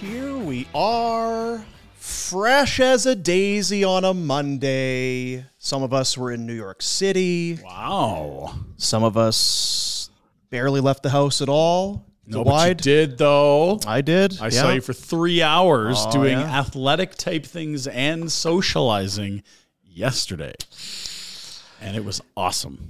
Here we are, fresh as a daisy on a Monday. Some of us were in New York City. Wow. Some of us barely left the house at all. The No, wide. but you did though. I, I did. yeah. saw you for three hours Oh, doing yeah. athletic type things and socializing yesterday, and it was awesome.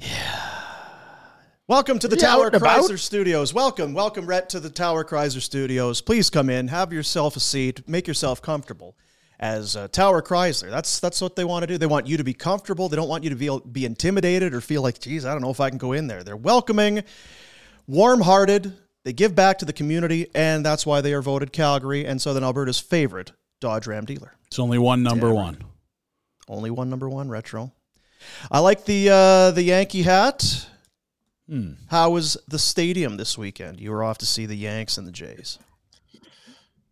Welcome to the Yeah, Tower out and about. Chrysler Studios. Welcome, welcome, Rhett, to the Tower Chrysler Studios. Please come in, have yourself a seat, make yourself comfortable. As uh, Tower Chrysler, that's that's what they want to do. They want you to be comfortable. They don't want you to be, be intimidated or feel like, geez, I don't know if I can go in there. They're welcoming, warm-hearted. They give back to the community, and that's why they are voted Calgary and Southern Alberta's favorite Dodge Ram dealer. It's only one number one. Only one number one retro. I like the uh, the Yankee hat. Hmm. How was the stadium this weekend? You were off to see the Yanks and the Jays.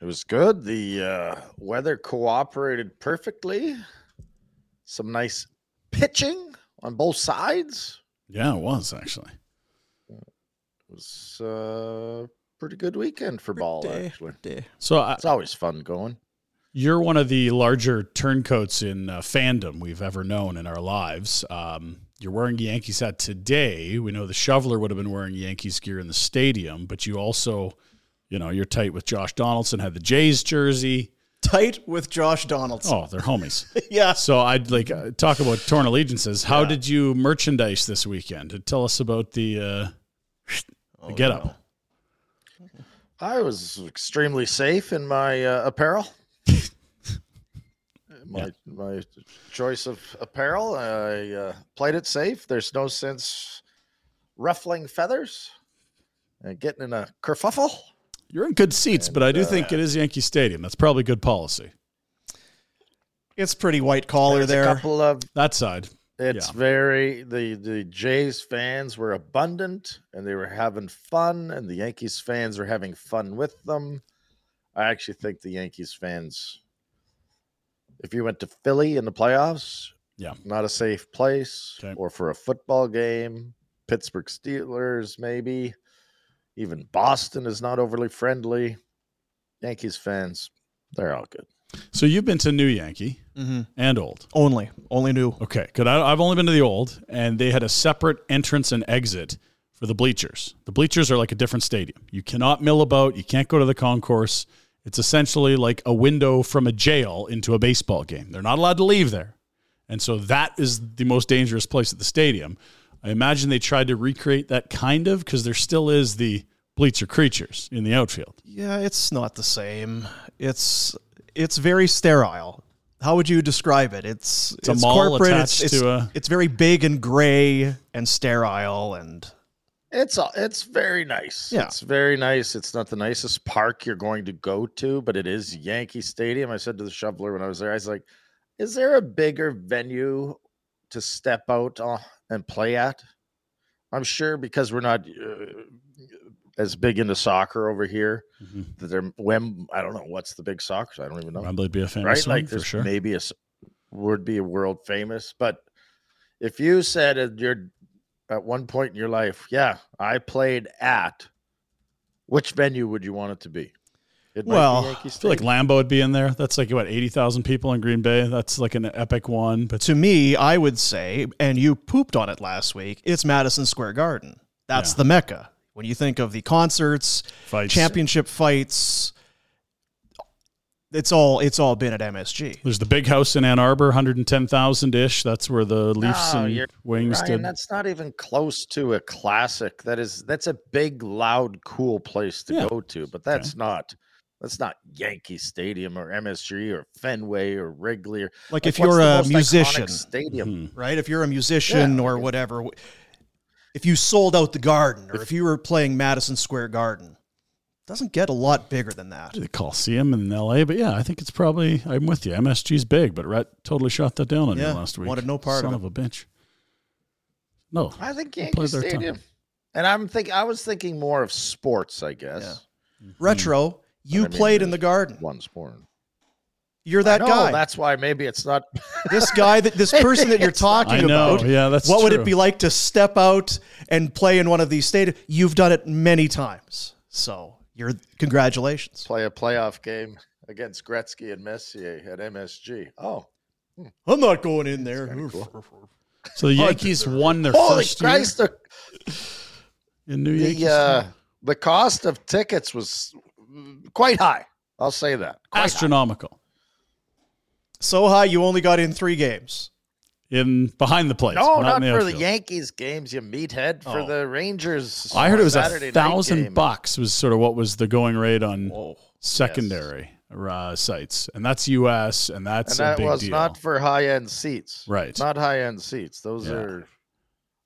It was good. The uh, weather cooperated perfectly. Some nice pitching on both sides. Yeah, it was actually. It was uh, pretty good weekend for ball. Actually, So I, it's always fun going. you're one of the larger turncoats in uh, fandom we've ever known in our lives. Um, you're wearing Yankees hat today. We know the shoveler would have been wearing Yankees gear in the stadium, but you also, you know, you're tight with Josh Donaldson. Had the Jays jersey. Tight with Josh Donaldson. Oh, they're homies. Yes. So I'd like uh, talk about torn allegiances. How did you merchandise this weekend? Tell us about the, uh, the get up. I was extremely safe in my uh, apparel. my my choice of apparel. I uh, played it safe. There's no sense ruffling feathers and getting in a kerfuffle. You're in good seats, but I do think it is Yankee Stadium. That's probably good policy. It's pretty white collar There's a there. couple of That side. It's Yeah. very the the Jays fans were abundant and they were having fun, and the Yankees fans were having fun with them. I actually think the Yankees fans, if you went to Philly in the playoffs, Yeah. not a safe place, Okay. or for a football game, Pittsburgh Steelers maybe, even Boston is not overly friendly. Yankees fans, they're all good. So you've been to New Yankee and old. Only. Only new. Okay, because I've only been to the old, and they had a separate entrance and exit for the bleachers. The bleachers are like a different stadium. You cannot mill about. You can't go to the concourse. It's essentially like a window from a jail into a baseball game. They're not allowed to leave there. And so that is the most dangerous place at the stadium. I imagine they tried to recreate that kind of because there still is the bleacher creatures in the outfield. Yeah, it's not the same. It's it's very sterile. How would you describe it? It's it's, a mall corporate. It's, attached it's, to a- it's very big and gray and sterile and It's a- it's very nice. Yeah. It's very nice. It's not the nicest park you're going to go to, but it is Yankee Stadium. I said to the shoveler when I was there, I was like, "Is there a bigger venue to step out uh, and play at?" I'm sure because we're not uh, as big into soccer over here. Mm-hmm. That they're when I don't know what's the big soccer. I don't even know Probably be a famous right? one Like for there's sure. maybe a s- would be a world famous, but if you said at your at one point in your life, yeah, I played at which venue would you want it to be? It might be Well, Yankee I feel like Stadium. Lambo would be in there. That's like what eighty thousand people in Green Bay. That's like an epic one. But to me, I would say, and you pooped on it last week. It's Madison Square Garden. That's Yeah. the mecca. When you think of the concerts, fights, championship fights, it's all it's all been at MSG. There's the big house in Ann Arbor, hundred and ten thousand ish. That's where the Leafs No, and Oh, you're- Wings Ryan, did. that's not even close to a classic. That is that's a big, loud, cool place to Yeah. go to, but that's not that's not Yankee Stadium or MSG or Fenway or Wrigley or Like if what's you're the a most iconic musician, stadium. Mm-hmm. right? If you're a musician Yeah, or like- whatever, w- if you sold out the garden or if, you were playing Madison Square Garden, doesn't get a lot bigger than that. the Coliseum in L.A. But yeah, I think it's probably. I'm with you. MSG's big, but Rhett totally shot that down on me Yeah, last week. wanted no part Son of it. a bitch. No, I think We'll Yankee play their time. Stadium. And I'm think I was thinking more of sports, I guess. Retro, I you mean, played in the there's garden. One sport. You're that no, guy. that's why maybe it's not. this guy that this person that you're It's not- talking I know, about. yeah, that's what would true. it be like to step out and play in one of these stadiums? You've done it many times, so you're congratulations. play a playoff game against Gretzky and Messier at MSG. Oh, I'm not going in there. so Oh, the Yankees won their holy first Christ! The, year in New Yankee the, uh, the cost of tickets was quite high. I'll say that. Quite astronomical So high, you only got in three games. in behind the high. plates. No, not, not, in the for the outfield. Yankees games, you meathead. For Oh. the Rangers, I heard it was Saturday a night thousand game. bucks was sort of what was the going rate on secondary secondary, uh, sites, and that's U.S. and and that's that a big was deal. not for high end seats. Right. Not high end seats. Those Yeah. are.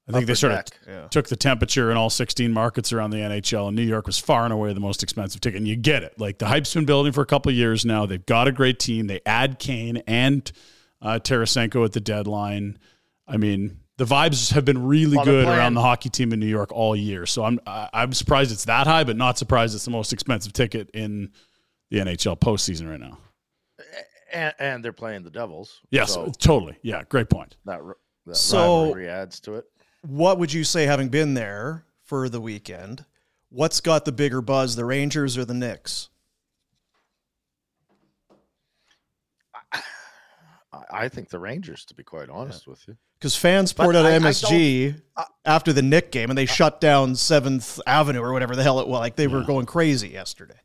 I think they upper sort deck. of took the temperature in all 16 markets around the NHL, and New York was far and away the most expensive ticket. And you get it. Like the hype's been building for a couple of years now. They've got a great team. They add Kane and uh, Tarasenko at the deadline. I mean, the vibes have been really On a good plan. around the hockey team in New York all year. So I'm I- I'm surprised it's that high, but not surprised it's the most expensive ticket in the NHL postseason right now. And, and they're playing the Devils. Yes, So totally. Yeah, great point. that, ri- that So- rivalry adds to it. What would you say, having been there for the weekend? What's got the bigger buzz, the Rangers or the Knicks? I- I think the Rangers, to be quite honest with you. Because fans poured But out I- uh, I MSG after the Nick game, and they shut down Seventh Avenue or whatever the hell it was. Like they were going crazy yesterday.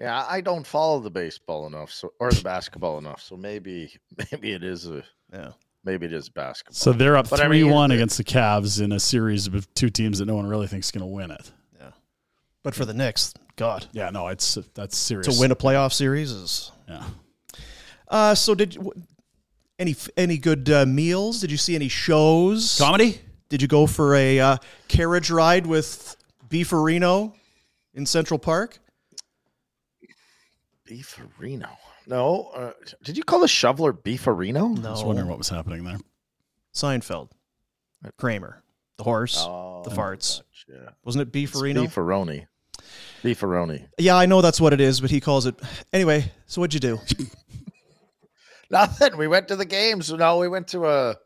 Yeah, I don't follow the baseball enough, so or the basketball enough. So maybe, maybe it is a Yeah. maybe it is basketball. So they're up But I mean, 3 1 the- against the Cavs in a series of two teams that no one really thinks is going to win it. But for the Knicks, God, Yeah, no, it's that's serious. to win a playoff series is. Yeah. Uh, so did you, wh- any any good uh, meals? Did you see any shows? Comedy? Did you go for a uh, carriage ride with Beefarino in Central Park? Beefarino. No, uh, did you call the shoveler Beefarino? Oh. I was wondering what was happening there. Seinfeld, Kramer, the horse, Oh, the farts. Yeah, Wasn't it Beefarino? Beefaroni. Beefaroni. Yeah, I know that's what it is, but he calls it anyway. So what'd you do? Nothing. We went to the games. No, we went to a,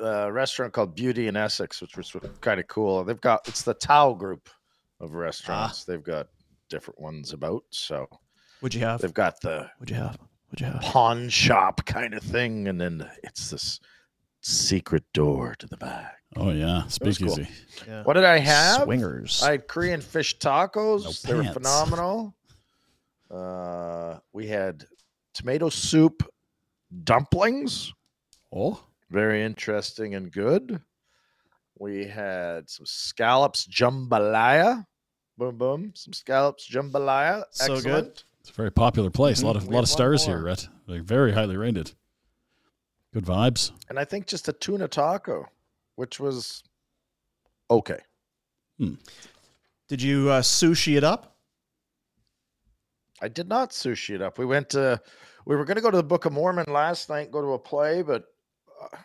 a restaurant called Beauty in Essex, which was kind of cool. They've got it's the Tao group of restaurants. Ah. They've got different ones about. So What'd you have? they've got the What'd you have? What'd you have? pawn shop kind of thing, and then it's this secret door to the back. Oh yeah, speakeasy. What did I have? Swingers. I had Korean fish tacos. No they were pants. phenomenal. Uh, we had tomato soup dumplings. Oh, Very interesting and good. We had some scallops jambalaya. Boom, boom. Some scallops jambalaya. So good. Excellent. it's a very popular place. A lot of Mhm. lot of stars here, One more. Rhett. They're very highly rated. Good vibes. And I think just a tuna taco, which was okay. Did you uh, sushi it up? I did not sushi it up. We went to, we were going to go to the Book of Mormon last night, go to a play, but uh,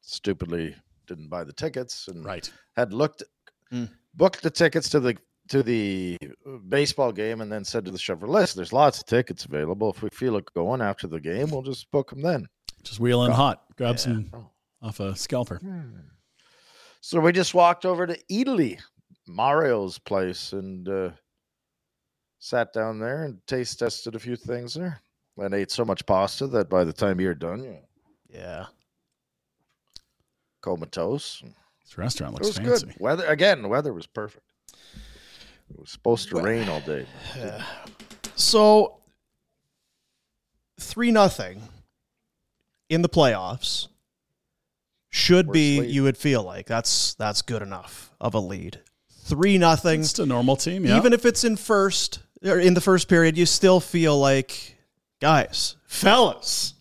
stupidly didn't buy the tickets and Right. had looked, Mm. booked the tickets to the to the uh, baseball game, and then said to the Chevrolet, "Listen, there's lots of tickets available. If we feel it going after the game, we'll just book them then." Just wheel in hot. Grab Yeah. some Oh. off a scalper. So we just walked over to Italy, Mario's place, and uh, sat down there and taste tested a few things there. And ate so much pasta that by the time you're done, you're Yeah. comatose. This It restaurant looks was fancy. good. Weather again, the weather was perfect. It was supposed to rain all day. So three nothing in the playoffs should We're be asleep. you would feel like that's that's good enough of a lead. Three nothing. It's a normal team, yeah. Even if it's in first or in the first period, you still feel like guys, fellas,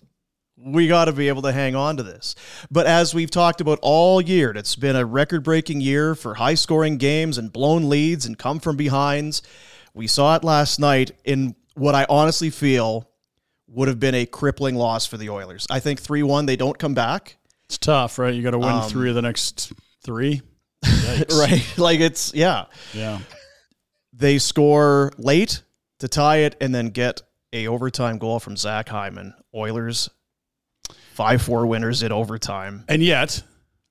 we got to be able to hang on to this. But as we've talked about all year, it's been a record breaking year for high scoring games and blown leads and come from behinds. We saw it last night in what I honestly feel would have been a crippling loss for the Oilers. I think 3 1, they don't come back. it's tough, right? You got to win Um, three of the next three. Yikes. Right. Like it's, yeah. Yeah. they score late to tie it and then get a overtime goal from Zach Hyman. Oilers five four winners in overtime. And yet,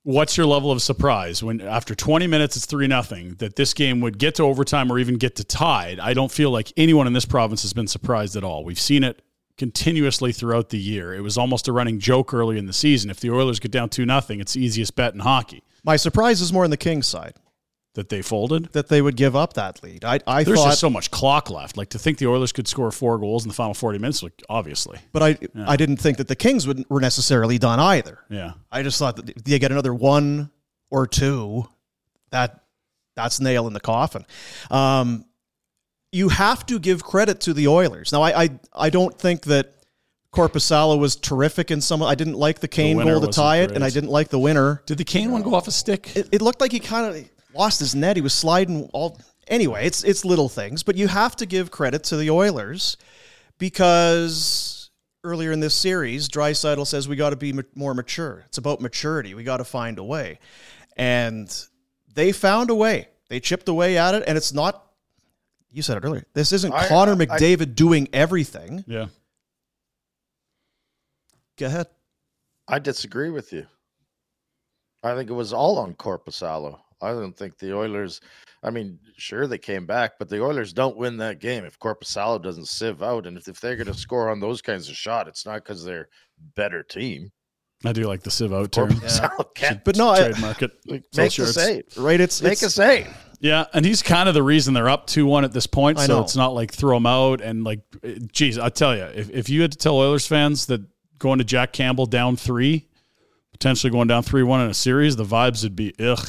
what's your level of surprise when after 20 minutes it's 3 nothing that this game would get to overtime or even get to tied? I don't feel like anyone in this province has been surprised at all. We've seen it continuously throughout the year. It was almost a running joke early in the season. If the Oilers get down 2 nothing, it's the easiest bet in hockey My surprise is more on the Kings side that they folded. that they would give up that lead. I I There's thought just so much clock left. Like to think the Oilers could score four goals in the final 40 minutes, like obviously. but I I didn't think that the Kings would, were necessarily done either. Yeah. I just thought that they get another one or two. That that's nail in the coffin. Um, you have to give credit to the Oilers. Now, I I, I don't think that Corpusala was terrific in some. I didn't like the Kane winner goal to wasn't tie it, and great. I didn't like the winner. Did the Kane one go off a stick? It, it looked like he kind of lost his net. He was sliding all. Anyway, it's it's little things, but you have to give credit to the Oilers because earlier in this series, Drysidel says we got to be ma- more mature. It's about maturity. We got to find a way, and they found a way. They chipped away at it, and it's not. You said it earlier. This isn't I- Connor I- McDavid doing everything. yeah. Go ahead. I disagree with you. I think it was all on Corpusalo. I don't think the Oilers. I mean, sure they came back, but the Oilers don't win that game if Corpusalo doesn't sieve out, and if, if they're going to score on those kinds of shot, it's not because they're better team. I do like the Civ out term. Corpusalo can't But no, I, Trademark it. like, Sell make a shirts. save. right? It's Make it's, a save. Yeah, and he's kind of the reason they're up two one at this point. I so know. it's not like throw him out and like, eh, geez, I tell you, if, if you had to tell Oilers fans that going to Jack Campbell down three, potentially going down three one in a series, the vibes would be ugh.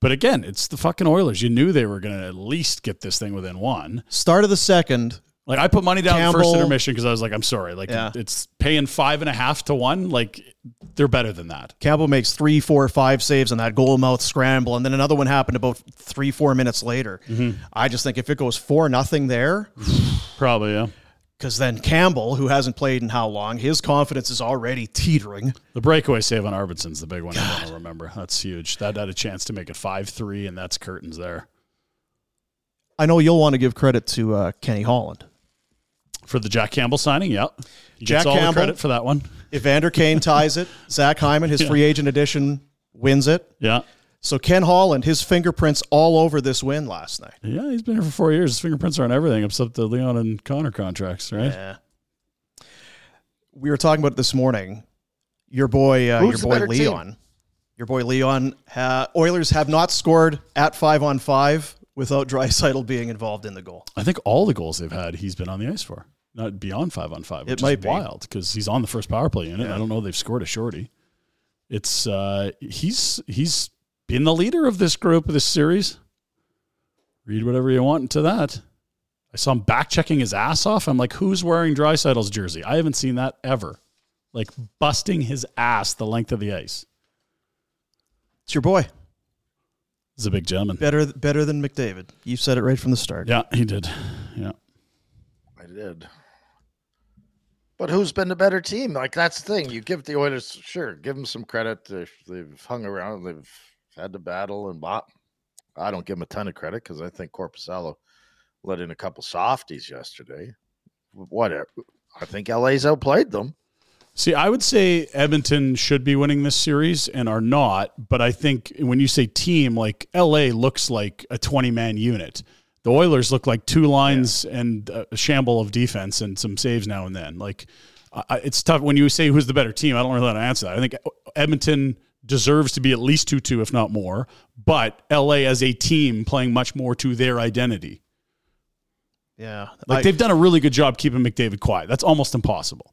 But again, it's the fucking Oilers. You knew they were going to at least get this thing within one. start of the second. Like I put money down the first Campbell. intermission because I was like, I'm sorry, like Yeah. it's paying five and a half to one. Like they're better than that. Campbell makes three, four, five saves on that goal mouth scramble, and then another one happened about three, four minutes later. I just think if it goes four nothing there, Probably yeah. because then Campbell, who hasn't played in how long, his confidence is already teetering. The breakaway save on Arvidsson's the big one. I don't remember. That's huge. That had a chance to make it five three, and that's curtains there I know you'll want to give credit to uh, Kenny Holland. for the Jack Campbell signing. Yep, he Jack gets all Campbell. the credit for that one. Evander Kane ties it. Zach Hyman, his free agent edition, wins it. Yeah, So Ken Holland, his fingerprints all over this win last night. yeah, he's been here for four years. His fingerprints are on everything except the Leon and Connor contracts, right? Yeah. Uh, We were talking about it this morning. Your boy, uh, your Who's the boy better team? Leon. Your boy Leon. Uh, Oilers have not scored at five on five without Dreisaitl being involved in the goal. I think all the goals they've had, he's been on the ice for. Not beyond five on five, It which might is be. wild because he's on the first power play unit. Yeah. I don't know they've scored a shorty. It's uh, he's he's been the leader of this group of this series. Read whatever you want into that. I saw him back checking his ass off. I'm like, who's wearing Drysaddle's jersey? I haven't seen that ever. Like busting his ass the length of the ice. It's your boy. He's a big gentleman. Better better than McDavid. You said it right from the start. Yeah, he did. Yeah. I did. But who's been the better team? Like that's the thing. You give the Oilers, sure, give them some credit. They've, they've hung around. They've had to battle and bop. I don't give them a ton of credit because I think Corpusello let in a couple softies yesterday. Whatever. I think LA's outplayed them. See, I would say Edmonton should be winning this series and are not, but I think when you say team, like LA looks like a 20 man unit. The Oilers look like two lines and a shamble of defense and some saves now and then. Like, I- I- it's tough when you say who's the better team. I don't really know how to answer that. I think Edmonton deserves to be at least 2 2, if not more, but LA as a team playing much more to their identity. Yeah. Like, I- they've done a really good job keeping McDavid quiet. That's almost impossible.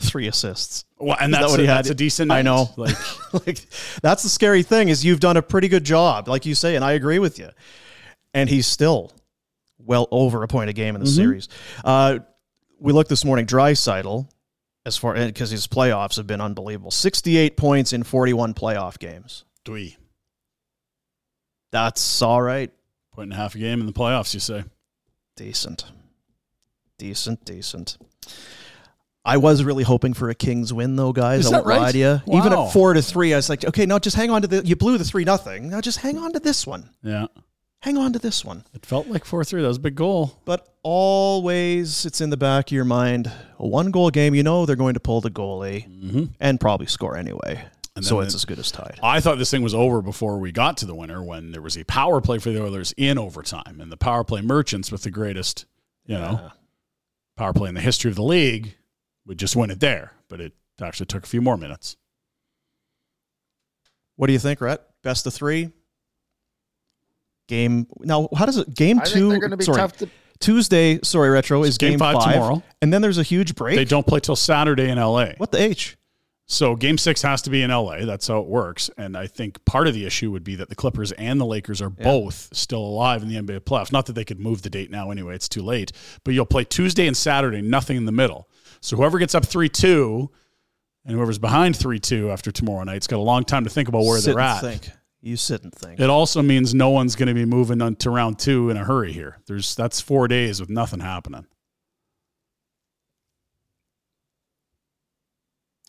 three assists. Well, and Is that that's, what a, he had? that's a decent. I night. know. Like, like that's the scary thing is you've done a pretty good job, like you say, and I agree with you. And he's still well over a point a game Mm-hmm. in the series. Uh, we looked this morning, Drysital, as far because his playoffs have been unbelievable. Sixty-eight points in forty-one playoff games. three That's all right. point and a half a game in the playoffs. You say Decent. Decent, decent. I was really hoping for a Kings win, though, guys. Is I that won't lie right? to you. Even Wow. at four to three, I was like, okay, no, just hang on to the. You blew the three nothing. Now just hang on to this one. yeah. hang on to this one. It felt like four three. That was a big goal. But always it's in the back of your mind a one goal game, you know they're going to pull the goalie and probably score anyway. Mm-hmm. And so then it's the- as good as tied. I thought this thing was over before we got to the winner when there was a power play for the Oilers in overtime and the power play merchants with the greatest, you know, power play in the history of the league would just win it there. But it actually took a few more minutes. What do you think, Rhett? Best of three? Game now, how does it game I think two? they're gonna be sorry, tough to- Tuesday, sorry, retro is game game, five tomorrow. And then there's a huge break. They don't play till Saturday in LA. what the H? So game six has to be in LA. That's how it works. And I think part of the issue would be that the Clippers and the Lakers are both still alive in the NBA playoffs. Not that they could move the date now anyway, it's too late. But you'll play Tuesday and Saturday, nothing in the middle. So whoever gets up 3 2 and whoever's behind 3 2 after tomorrow night's got a long time to think about where sit they're and at. think. You sit and think. It also means no one's going to be moving on to round two in a hurry here. There's That's four days with nothing happening.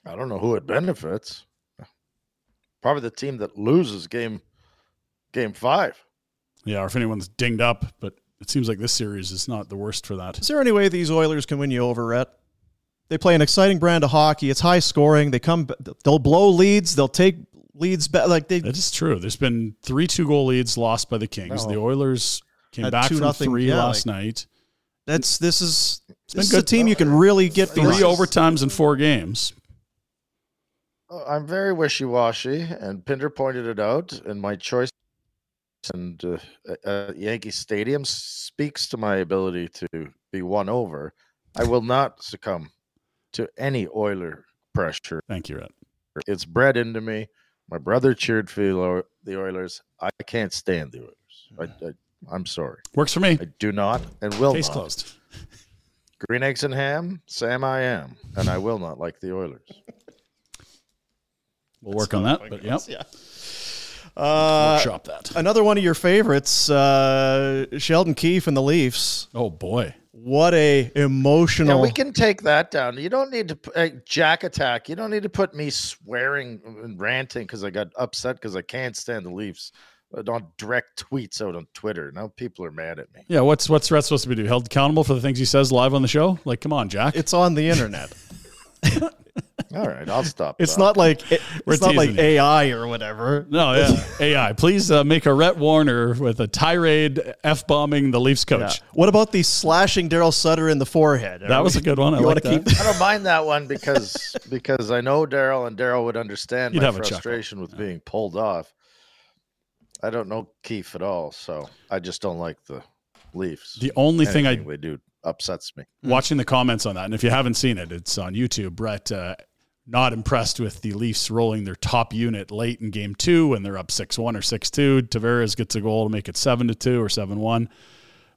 I don't know who it benefits. Probably the team that loses game game five. Yeah, or if anyone's dinged up, but it seems like this series is not the worst for that. Is there any way these Oilers can win you over, Rhett? They play an exciting brand of hockey. It's high scoring. They come, they'll blow leads. They'll take leads back. Like they, That is true. There's been three two goal leads lost by the Kings. The No. Oilers came Had back Oh. two from nothing, three yeah, last night. that's this is this is been a good. team you can really get Three behind. overtimes in four games. Uh, I'm very wishy washy, and Pinder pointed it out. And my choice and uh, uh, uh, Yankee Stadium speaks to my ability to be won over. I will not succumb to any Oiler pressure. Thank you, Rhett. It's bred into me. My brother cheered for the Oil- the Oilers. I can't stand the Oilers. I, I, I'm sorry. Works for me. I do not and will Case not. closed. Green eggs and ham, Sam I am, and I will not like the Oilers. We'll work on that. But yep, Uh, workshop that. another one of your favorites, uh, Sheldon Keefe and the Leafs. Oh boy, What a Yeah, emotional. we can take that down. You don't need to p- uh, jack attack. You don't need to put me swearing and ranting because I got upset because I can't stand the Leafs. I don't direct tweets out on Twitter. Now people are mad at me. yeah. What's what's Rhett supposed to be do? Held accountable for the things he says live on the show? Like, come on, Jack. it's on the internet. All right, I'll stop. It's that. not like it, We're it's not like teasing you. AI or whatever. no, yeah. AI, please uh, make a Rhett Warner with a tirade f bombing the Leafs coach. What about the slashing Daryl Sutter in the forehead? That was a good one. I You want like to that. keep I don't mind that one because because I know Daryl and Daryl would understand You'd my have a chuckle. frustration with being pulled off. I don't know Keefe at all, so I just don't like the Leafs. The only thing I Anything they do upsets me. Hmm. watching the comments on that, and if you haven't seen it, it's on YouTube. Brett uh, not impressed with the Leafs rolling their top unit late in Game Two when they're up six one or six two. Tavares gets a goal to make it seven to two or seven one.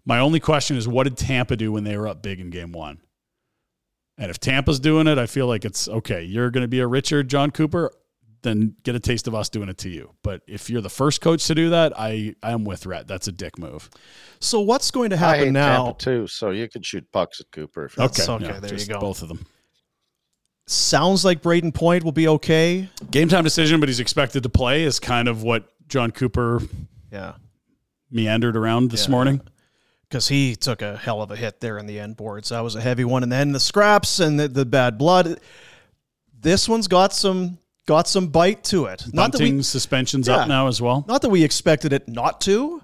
My only question is, what did Tampa do when they were up big in Game One? And if Tampa's doing it, I feel like it's okay. You're going to be a Richard John Cooper, then get a taste of us doing it to you. But if you're the first coach to do that, I I am with Rhett. That's a dick move. So what's going to I hate happen now? Tampa too, so you can shoot pucks at Cooper. If you That's okay, there you just go. Both of them. Sounds like Braden Point will be okay. game time decision, but he's expected to play is kind of what John Cooper Yeah, meandered around this Yeah. morning. because he took a hell of a hit there in the end boards. That was a heavy one, and then the scraps and the, the bad blood. This one's got some got some bite to it. Not that Bunting we suspensions Yeah. up now as well. not that we expected it not to,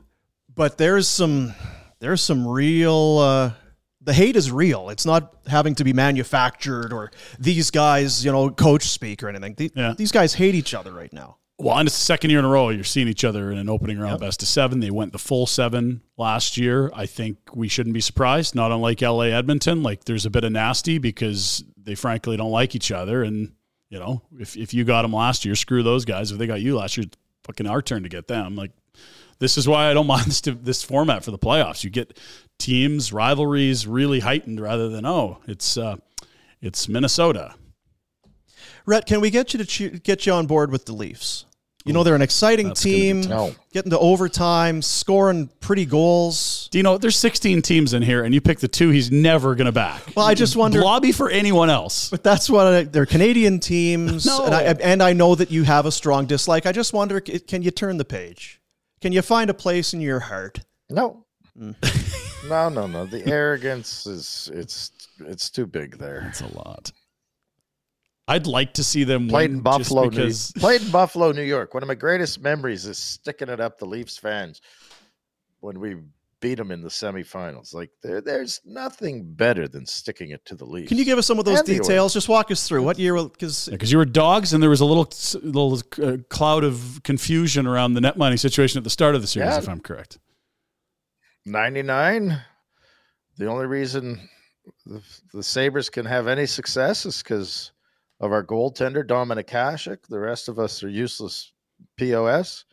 but there's some there's some real uh, the hate is real. It's not having to be manufactured or these guys, you know, coach speak or anything. The- Yeah. These guys hate each other right now. Well, and it's the second year in a row you're seeing each other in an opening round best of seven. They went the full seven last year. I think we shouldn't be surprised. Not unlike LA Edmonton, like there's a bit of nasty because they frankly don't like each other. And you know, if if you got them last year, screw those guys. If they got you last year, it's fucking our turn to get them. Like this is why I don't mind this this format for the playoffs. You get teams rivalries really heightened rather than oh, it's uh, it's Minnesota. Rhett, can we get you to che- get you on board with the Leafs? You know they're an exciting that's gonna be team, tough. No. getting to overtime, scoring pretty goals. Dino, there's 16 teams in here, and you pick the two he's never going to back. Well, I just wonder. Lobby for anyone else. But that's what I, they're Canadian teams, No. and I and I know that you have a strong dislike. I just wonder, c- can you turn the page? Can you find a place in your heart? No. Mm. no, no, no. The arrogance is it's it's too big there. That's a lot. I'd like to see them Played win in Buffalo, just because New, played in Buffalo, New York. One of my greatest memories is sticking it up the Leafs fans when we beat them in the semifinals. Like there, there's nothing better than sticking it to the Leafs. Can you give us some of those And the details? Just walk us through what year? Because because you were dogs and there was a little little uh, cloud of confusion around the net money situation at the start of the series, Yeah. if I'm correct. 99 the only reason the, the sabres can have any success is because of our goaltender dominic hashik the rest of us are useless pos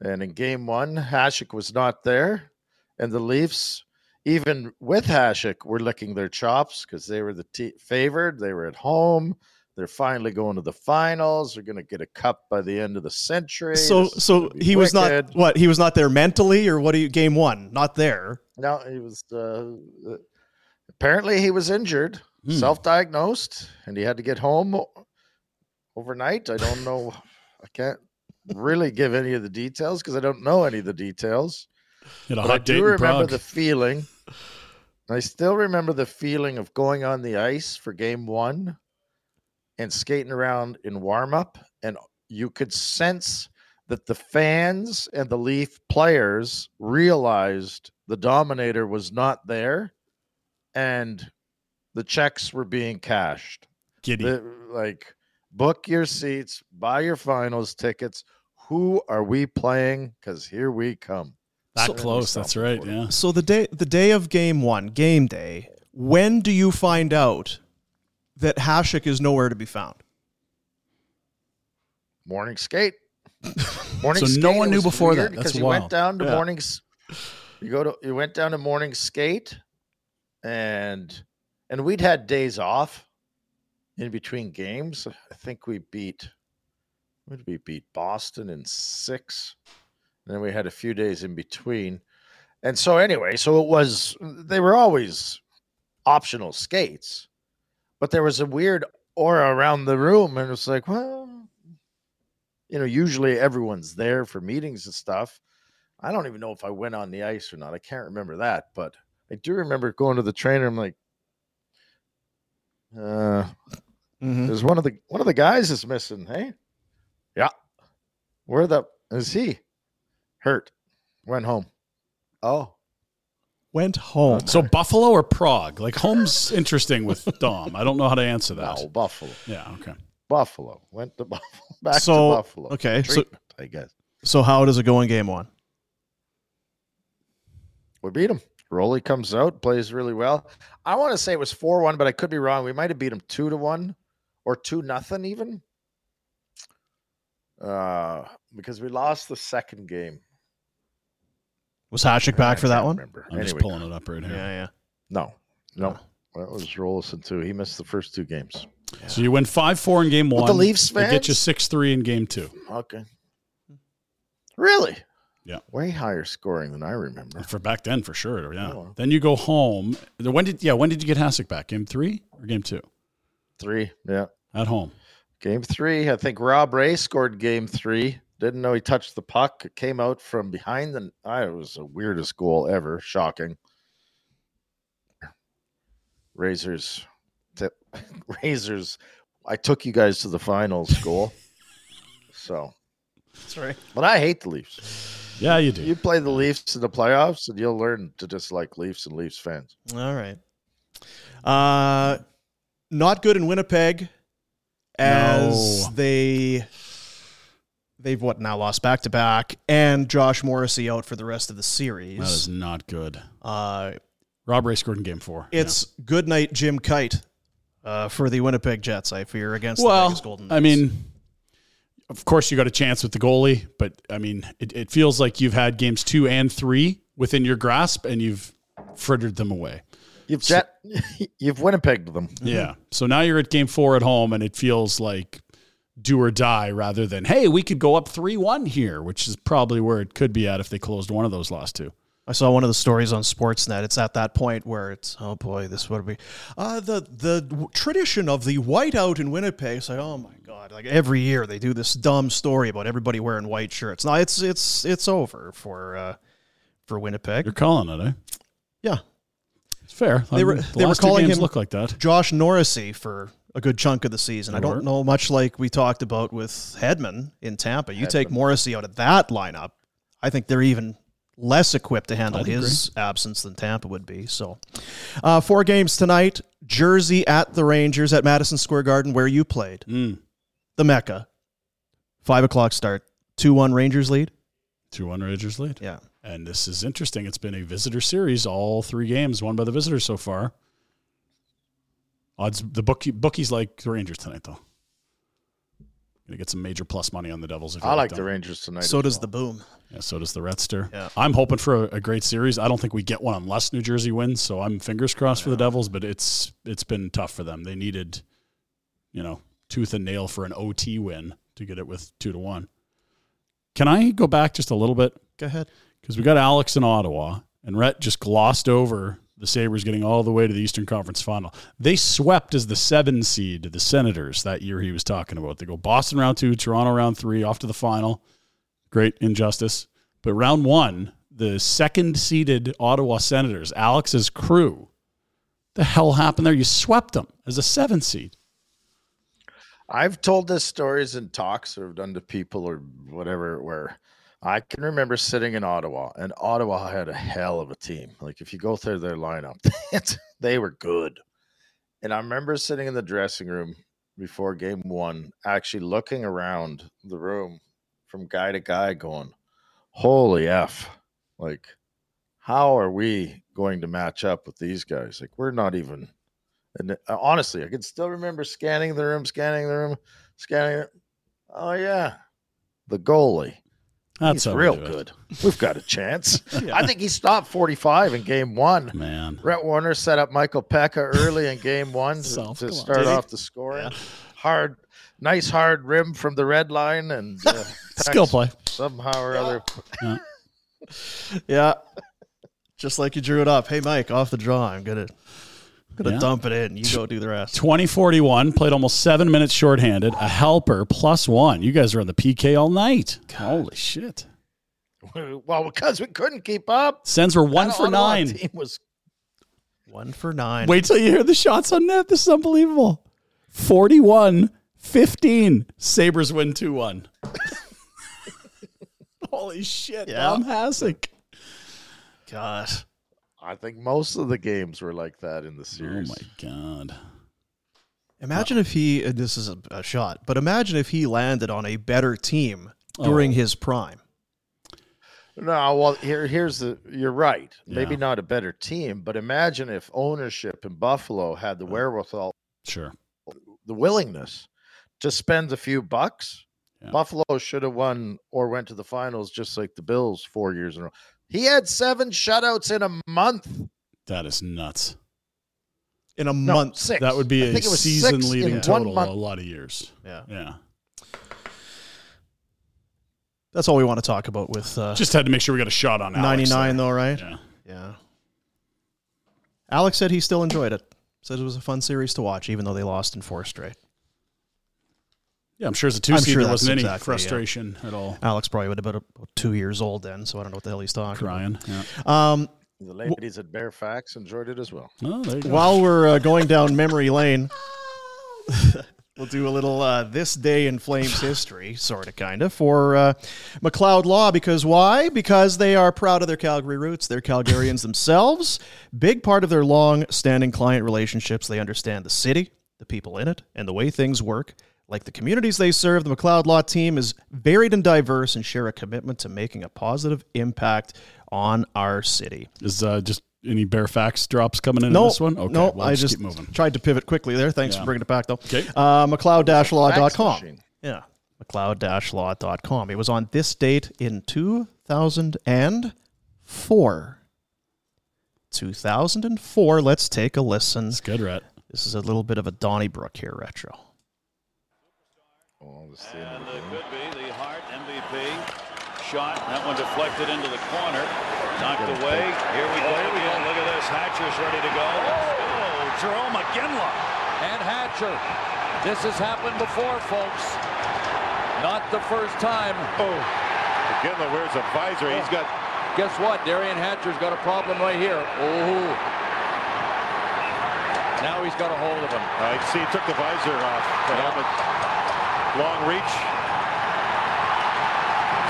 and in game one hashik was not there and the leafs even with hashik were licking their chops because they were the te- favored they were at home they're finally going to the finals they're going to get a cup by the end of the century so This is so gonna be he was wicked. not what he was not there mentally or what? Do you, game one, not there. No, he was. Uh, uh, apparently, he was injured, Hmm. self-diagnosed, and he had to get home o- overnight. I don't know. I can't really give any of the details because I don't know any of the details. You know, But I hot date do in remember Prague. the feeling. I still remember the feeling of going on the ice for game one and skating around in warm up. And you could sense that the fans and the Leaf players realized the Dominator was not there and the checks were being cashed. Giddy. The- like, book your seats, buy your finals tickets. Who are we playing? Because here we come. that so- close. That's right. Yeah. So the day the day of game one, game day. When do you find out that Hashik is nowhere to be found? morning skate. Morning So no one knew was before that. weird That's 'cause you wild. went down to Yeah. mornings. You go to you went down to morning skate, and and we'd had days off in between games. I think we beat. What did we beat Boston in six? And then we had a few days in between, and so anyway, so it was. They were always optional skates, but there was a weird aura around the room, and it's like, well, you know, usually everyone's there for meetings and stuff. I don't even know if I went on the ice or not. I can't remember that, but I do remember going to the trainer. I'm like, uh, Hmm. Mm-hmm. there's one of the one of the guys is missing. Hey, yeah, where the is he? Hurt, went home. Oh, Went home. So Buffalo or Prague? Like home's interesting with Dom. I don't know how to answer that. no, Buffalo, Yeah. Okay. Buffalo went to Buffalo, back So, to Buffalo. okay, so- Treatment, I guess So how does it go in game one? We beat him. Rolly comes out, plays really well. I want to say it was four one, but I could be wrong. We might have beat him two to one or two nothing even. Uh, because we lost the second game. Was Hatchick back I for that can't one? Remember. I'm just Anyway, pulling Oh. it up right here. Yeah, No, no. That was Rollison too. He missed the first two games. So you win five four in game But one. the Leafs They get fans- you six three in game two. Okay. Really? Yeah. Way higher scoring than I remember. For back then, for sure. Yeah. Oh, well. Then you go home. When did yeah? When did you get Hasek back? Game three or game two? Three. Yeah. At home. Game three. I think Rob Ray scored game three. Didn't know he touched the puck. It came out from behind the. I it was the weirdest goal ever. Shocking. Razors. Tip. Razors. I took you guys to the finals goal. so, That's right. but I hate the Leafs. Yeah, you do. You play the Leafs in the playoffs, and you'll learn to dislike Leafs and Leafs fans. All right. Uh, not good in Winnipeg, as No. they they've what now lost back to back, and Josh Morrissey out for the rest of the series. that is not good. uh, Rob Ray scored in game four. it's good night, Jim Kite, uh, for the Winnipeg Jets. I fear against Yeah. the well. Vegas Golden. I Knights. mean, of course you got a chance with the goalie, but I mean, it, it feels like you've had games two and three within your grasp, and you've frittered them away. You've jet, you've Winnipegged them. Yeah. So now you're at game four at home, and it feels like do or die rather than, hey, we could go up 3 1 here, which is probably where it could be at if they closed one of those last two. I saw one of the stories on Sportsnet. It's at that point where it's oh boy, this would be uh, the the w- tradition of the whiteout in Winnipeg. It's like oh my god, like every year they do this dumb story about everybody wearing white shirts. Now it's it's it's over for uh, for You're Winnipeg. calling it, eh? Yeah, It's fair. Um, They were- the they were last two calling games him- look like that. Josh Norrissey for a good chunk of the season. I Sure. don't know much like we talked about with Hedman in Tampa. You take Morrissey out of that lineup, I think they're even less equipped to handle I'd his absence than Tampa would be. So, uh, four games tonight: Jersey at the Rangers at Madison Square Garden, where you played Mm. the Mecca. Five o'clock start. Two one Rangers lead. 2 1 Rangers lead. Yeah. And this is interesting. It's been a visitor series, all three games won by the visitors so far. Odds the bookie, bookies like the Rangers tonight, though. Gonna get some major plus money on the Devils. If you I like the them. Rangers tonight. So as does the well. boom. Yeah, so does the Redster. Yeah. I'm hoping for a, a great series. I don't think we get one unless New Jersey wins. So I'm fingers crossed for the Devils, but it's it's been tough for them. They needed, you know, tooth and nail for an OT win to get it with two to one. Can I go back just a little bit? Go ahead. because we got Alex in Ottawa, and Rhett just glossed over the Sabres getting all the way to the Eastern Conference final. They swept as the seven seed the Senators that year he was talking about. They go Boston round two, Toronto round three, off to the final. Great injustice. But round one, the second seeded Ottawa Senators, Alex's crew, the hell happened there? You swept them as a seven seed. I've told this stories in talks or done to people or whatever where I can remember sitting in Ottawa and Ottawa had a hell of a team. Like if you go through their lineup, it's- they were good. And I remember sitting in the dressing room before game one, actually looking around the room from guy to guy going, Holy F. Like, how are we going to match up with these guys? Like, we're not even and uh, honestly, I could still remember scanning the room, scanning the room, scanning it. Oh yeah, the goalie. That's how he's we real do it. good. We've got a chance. I think he stopped 45 in game one. Man. Brett Warner set up Michael Pekka early in game one to, Self, to come on. start Did he? off the scoring. Hard, nice hard rim from the red line, and uh, Skill play. somehow or other. Yeah. Just like you drew it up. Hey Mike, off the draw. I'm gonna gonna Yeah. dump it in. You go do the rest. 2041, played almost seven minutes shorthanded, a helper plus one. You guys are on the PK all night. Holy shit. Well, because we couldn't keep up. Sends were one That for Ottawa nine. Team was One for nine. Wait till you hear the shots on net. This is unbelievable. 41 15. Sabres win 2 1. Holy shit. Yeah. Dom Hasek. Oh God. I think most of the games were like that in the Oh series. my God. Imagine if he, Oh. and this is a, a shot, but imagine if he landed on a better team during his prime. No, well, here, here's the. You're right. Maybe not a better team, but imagine if ownership in Buffalo had the wherewithal, Sure. the willingness to spend a few bucks. Yeah. Buffalo should have won or went to the finals, just like the Bills, four years in a row. He had seven shutouts in a month. That is nuts. in a No, month. six. That would be I a think it was six season in leading one total a month. lot of years. Yeah. Yeah. That's all we want to talk about with uh, Just had to make sure we got a shot on Alex 99, there. though, right? Yeah. Yeah. Alex said he still enjoyed it. Said it was a fun series to watch, even though they lost in four straight. Yeah, I'm sure as a two I'm seed sure there that's wasn't any exactly, yeah. frustration at all. Alex probably would have been about two years old then, so I don't know what the hell he's talking Crying. Yeah. about. Um, The ladies at Fairfax enjoyed it as well. Oh, there you go. while we're uh, going down memory lane, we'll do a little uh, this day in Flames history, sort of, kind of, for uh, McLeod Law. Because why? Because they are proud of their Calgary roots. They're Calgarians themselves. Big part of their long-standing client relationships. They understand the city, the people in it, and the way things work. Like the communities they serve, the McLeod Law team is varied and diverse and share a commitment to making a positive impact on our city. Is uh, just any bare facts drops coming in No, on this one? Okay, no, well, I just, just keep moving. tried to pivot quickly there. Thanks Yeah. for bringing it back, though. Okay. Uh, McLeod-law.com. Fax machine. Yeah, McLeod-law.com. It was on this date in 2004. 2004. Let's take a listen. It's good, Rhett. This is a little bit of a Donnybrook here retro. Oh, this is the end of the It game. could be the Hart MVP shot. That one deflected into the corner, knocked away. Here we Oh, go. Here we go. Look at this. Hatcher's ready to go. Oh, Jerome McGinley. and Hatcher. This has happened before, folks. Not the first time. McGinley wears a visor. Oh. He's got Guess what? Darian Hatcher's got a problem right here. Oh. Now he's got a hold of him. I see he took the visor off the helmet. Long reach.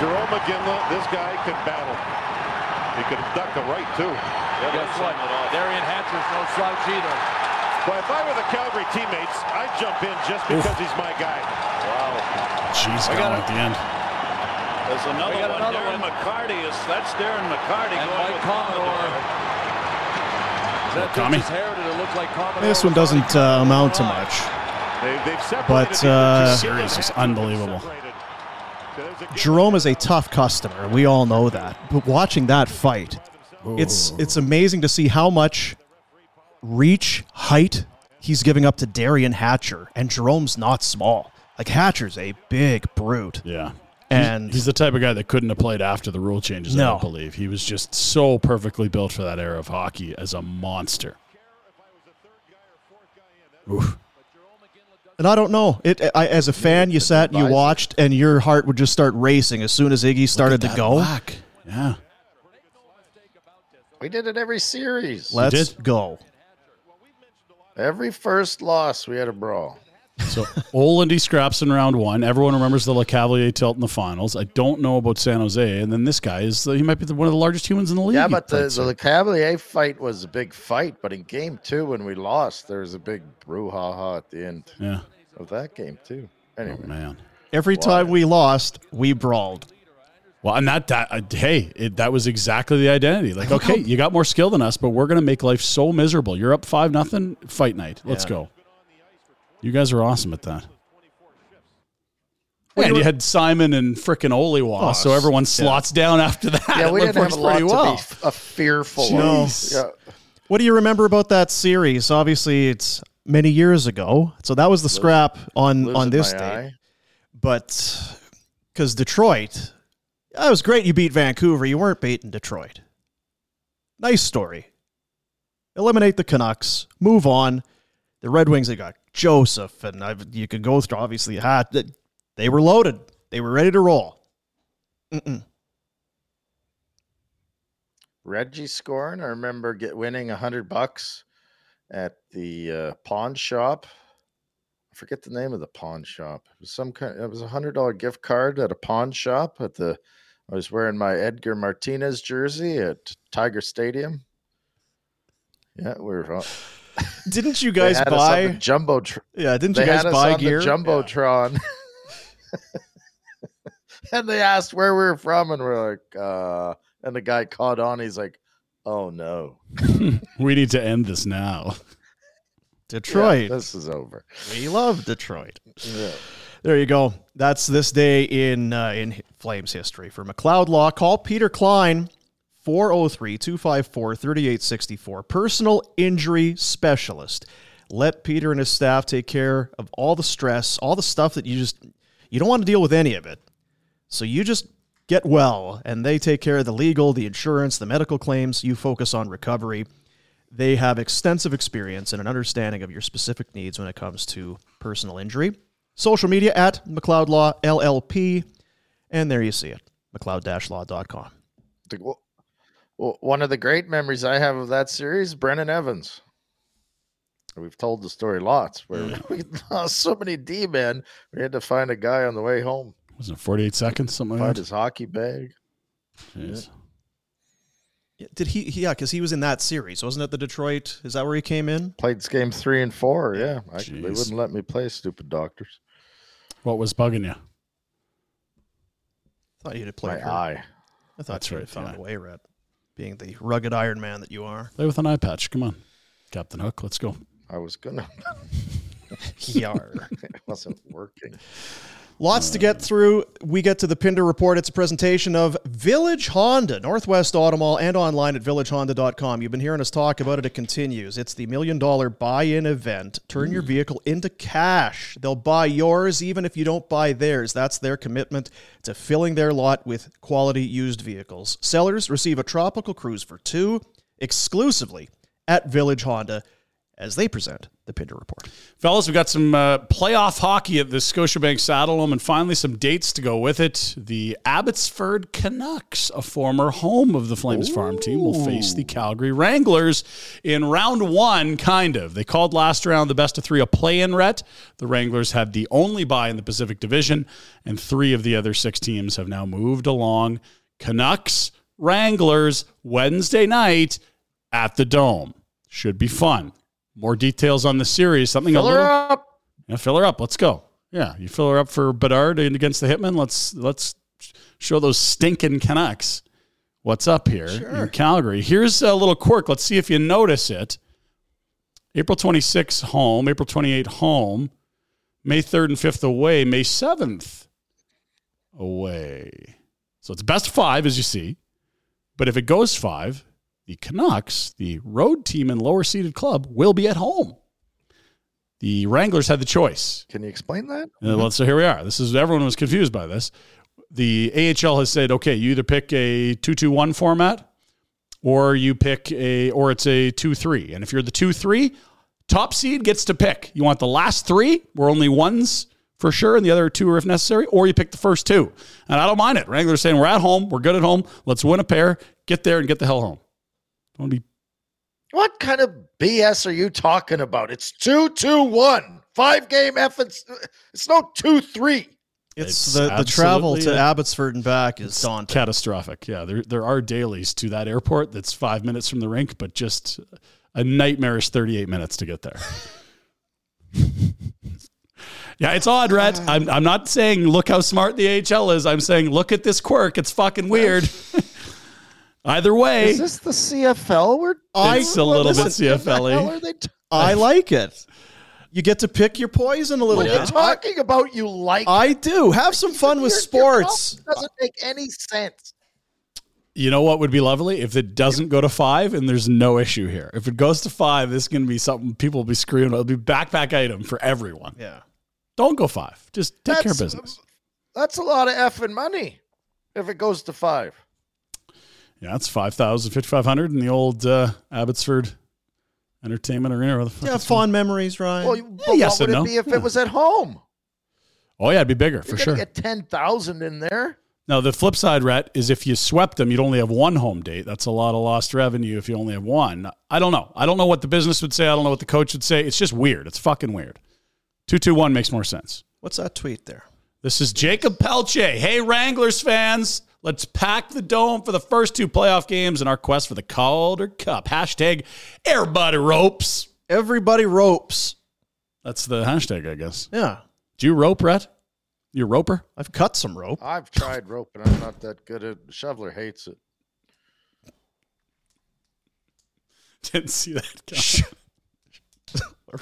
Jerome McGinley, this guy can battle. He could duck the right too. Guess what? Darian Hatcher's no slouch either. Well, if I were the Calgary teammates, I'd jump in just because he's my guy. Jeez, I got got at the end. There's another We got one. another Darren one. McCarty is that's Darren McCarty And going Mike with Commodore. That Tommy? Tommy? heritage it looked like Commodore. This one doesn't uh, amount to much. They, they've separated. But, uh, Series is unbelievable. Jerome is a tough customer. We all know that. But watching that fight, it's it's amazing to see how much reach, height he's giving up to Darian Hatcher, and Jerome's not small. Like Hatcher's a big brute, Yeah. and He's the type of guy that couldn't have played after the rule changes, I No. don't believe. He was just so perfectly built for that era of hockey as a monster. and I don't know. It I, as a fan, you sat, you watched, and your heart would just start racing as soon as Iggy started to That go. whack. Yeah. We did it every series. Let's did. go. Every first loss, we had a brawl. So Olandy scraps in round one. Everyone remembers the LeCavalier tilt in the finals. I don't know about San Jose. And then this guy is, the, he might be the, one of the largest humans in the league. Yeah, He but the, played so- the Cavalier fight was a big fight. But in game two, when we lost, there was a big brouhaha at the end yeah. of that game, too. Anyway, Oh, man. Every time we lost, we brawled. Well, and that, that uh, hey, it, that was exactly the identity. Like, okay, you got more skill than us, but we're gonna make life so miserable. You're up five nothing. Fight night. Let's go. You guys are awesome at that. and you had Simon and frickin' Oliwa, Oh, so everyone slots down after that. yeah, we It didn't have works a lot pretty to well. be f- uh, fearful Jeez. of. Yeah, What do you remember about that series? Obviously, it's many years ago, so that was the scrap on losing on this my date. eye. But because Detroit, that was great. You beat Vancouver. You weren't beating Detroit. Nice story. Eliminate the Canucks. Move on. The Red Wings. They got Joseph, and i you could go through. Obviously, hat. that- They were loaded. They were ready to roll. Mm-mm. Reggie scoring. I remember get, winning a hundred bucks at the uh, pawn shop. I forget the name of the pawn shop. It was some kind. It was a hundred dollar gift card at a pawn shop at the. I was wearing my Edgar Martinez jersey at Tiger Stadium. Yeah, we were. all- Didn't you they guys had us on buy? the jumbo. Tr- yeah, didn't they you guys had us buy on gear? the jumbotron. and they asked where we were from, and we're like, uh, and the guy caught on. He's like, oh no, we need to end this now. Right, Detroit. this is over. we love Detroit. Yeah. There you go. That's this day in uh, in Flames history for McLeod Law. Call Peter Klein 403-254-3864. Personal injury specialist. Let Peter and his staff take care of all the stress, all the stuff that you just you don't want to deal with any of it. So you just get well and they take care of the legal, the insurance, the medical claims. You focus on recovery. They have extensive experience and an understanding of your specific needs when it comes to personal injury. Social media at McLeod Law LLP. And there you see it, McLeod Law.com. The- w- w- One of the great memories I have of that series, Brennan Evans. We've told the story lots where we lost so many D men, we had to find a guy on the way home, Wasn't it 48 seconds, something like find that? his hockey bag. Jeez. Did he, he- yeah, because he was in that series. Wasn't it the Detroit? Is that where he came in? Played game three and four. Yeah, I, they Jeez. wouldn't let me play. Stupid doctors. What was bugging you? I thought you'd have My played. her. eye. I thought That's you'd right, have found yeah. a way, Red, being the rugged Iron Man that you are. Play with an eye patch. Come on. Captain Hook, let's go. I was gonna. Yar. it wasn't working. Lots to get through. We get to the Pinder Report. It's a presentation of Village Honda, Northwest Automall, and online at villagehonda.com. You've been hearing us talk about it. It continues. It's the million dollar buy in event. Turn your vehicle into cash. They'll buy yours even if you don't buy theirs. That's their commitment to filling their lot with quality used vehicles. Sellers receive a tropical cruise for two exclusively at Village Honda as they present the Pinder Report. Fellas, we've got some uh, playoff hockey at the Scotiabank Saddledome and finally some dates to go with it. The Abbotsford Canucks, a former home of the Flames farm team, will face the Calgary Wranglers in round one, kind of. They called last round the best of three a play in ret. The Wranglers had the only bye in the Pacific Division, and three of the other six teams have now moved along. Canucks, Wranglers, Wednesday night at the Dome. Should be fun. More details on the series. Something Fill a her little up. yeah, fill her up. Let's go. Yeah, you fill her up for Bedard and against the Hitman. Let's let's show those stinking Canucks what's up here in Calgary. Here's a little quirk. Let's see if you notice it. April 26 home, April 28 home, May 3rd and 5th away, May 7th away. So it's best five, as you see. But if it goes five, the Canucks, the road team and lower seeded club, will be at home. The Wranglers had the choice. Can you explain that? Uh, well, so here we are. This is everyone was confused by this. The AHL has said, okay, you either pick a two-two-one format, or you pick a, or it's a two-three. And if you're the two-three, top seed gets to pick. You want the last three, where only ones for sure, and the other two are if necessary, or you pick the first two. And I don't mind it. Wranglers saying we're at home, we're good at home. Let's win a pair, get there, and get the hell home. Don't wanna be What kind of BS are you talking about? It's two, two, one, five game effort. It's no two, three. It's, It's the, the travel to absolutely- Abbotsford and back is daunting. catastrophic. Yeah, there there are dailies to that airport that's five minutes from the rink, but just a nightmarish thirty eight minutes to get there. yeah, it's odd, Rhett. I'm I'm not saying look how smart the AHL is. I'm saying look at this quirk. It's fucking weird. Either way, Is this the CFL? We're it's a little bit What the hell CFL. are they t- I like it. You get to pick your poison a little what are you bit. talking about? You like I do. Have some fun with Your- your sports. comment doesn't make any sense. You know what would be lovely if it doesn't go to five and there's no issue here. If it goes to five, this is going to be something people will be screaming. about. It'll be backpack item for everyone. Yeah. Don't go five. Just take care of That's- business. That's a lot of effing money. If it goes to five, Yeah, it's 5,000, 5,500 in the old uh, Abbotsford Entertainment Arena. Or the fuck Yeah, it's called. fond memories, Ryan. well, but Uh, yes what would and it no. be if Yeah. it was at home? Oh, yeah, it'd be bigger You're for sure. gonna get ten thousand in there. now, the flip side, Rhett, is if you swept them, you'd only have one home date. That's a lot of lost revenue if you only have one. I don't know. I don't know what the business would say. I don't know what the coach would say. It's just weird. It's fucking weird. 221 makes more sense. What's that tweet there? This is Jacob Pelche. Hey, Wranglers fans, let's pack the dome for the first two playoff games in our quest for the Calder Cup. Hashtag Airbuddy Ropes. Everybody ropes. That's the hashtag, I guess. Yeah. Do you rope, Rhett? You're a roper? I've cut some rope. I've tried rope and I'm not that good at Shoveler hates it. Didn't see that. coming.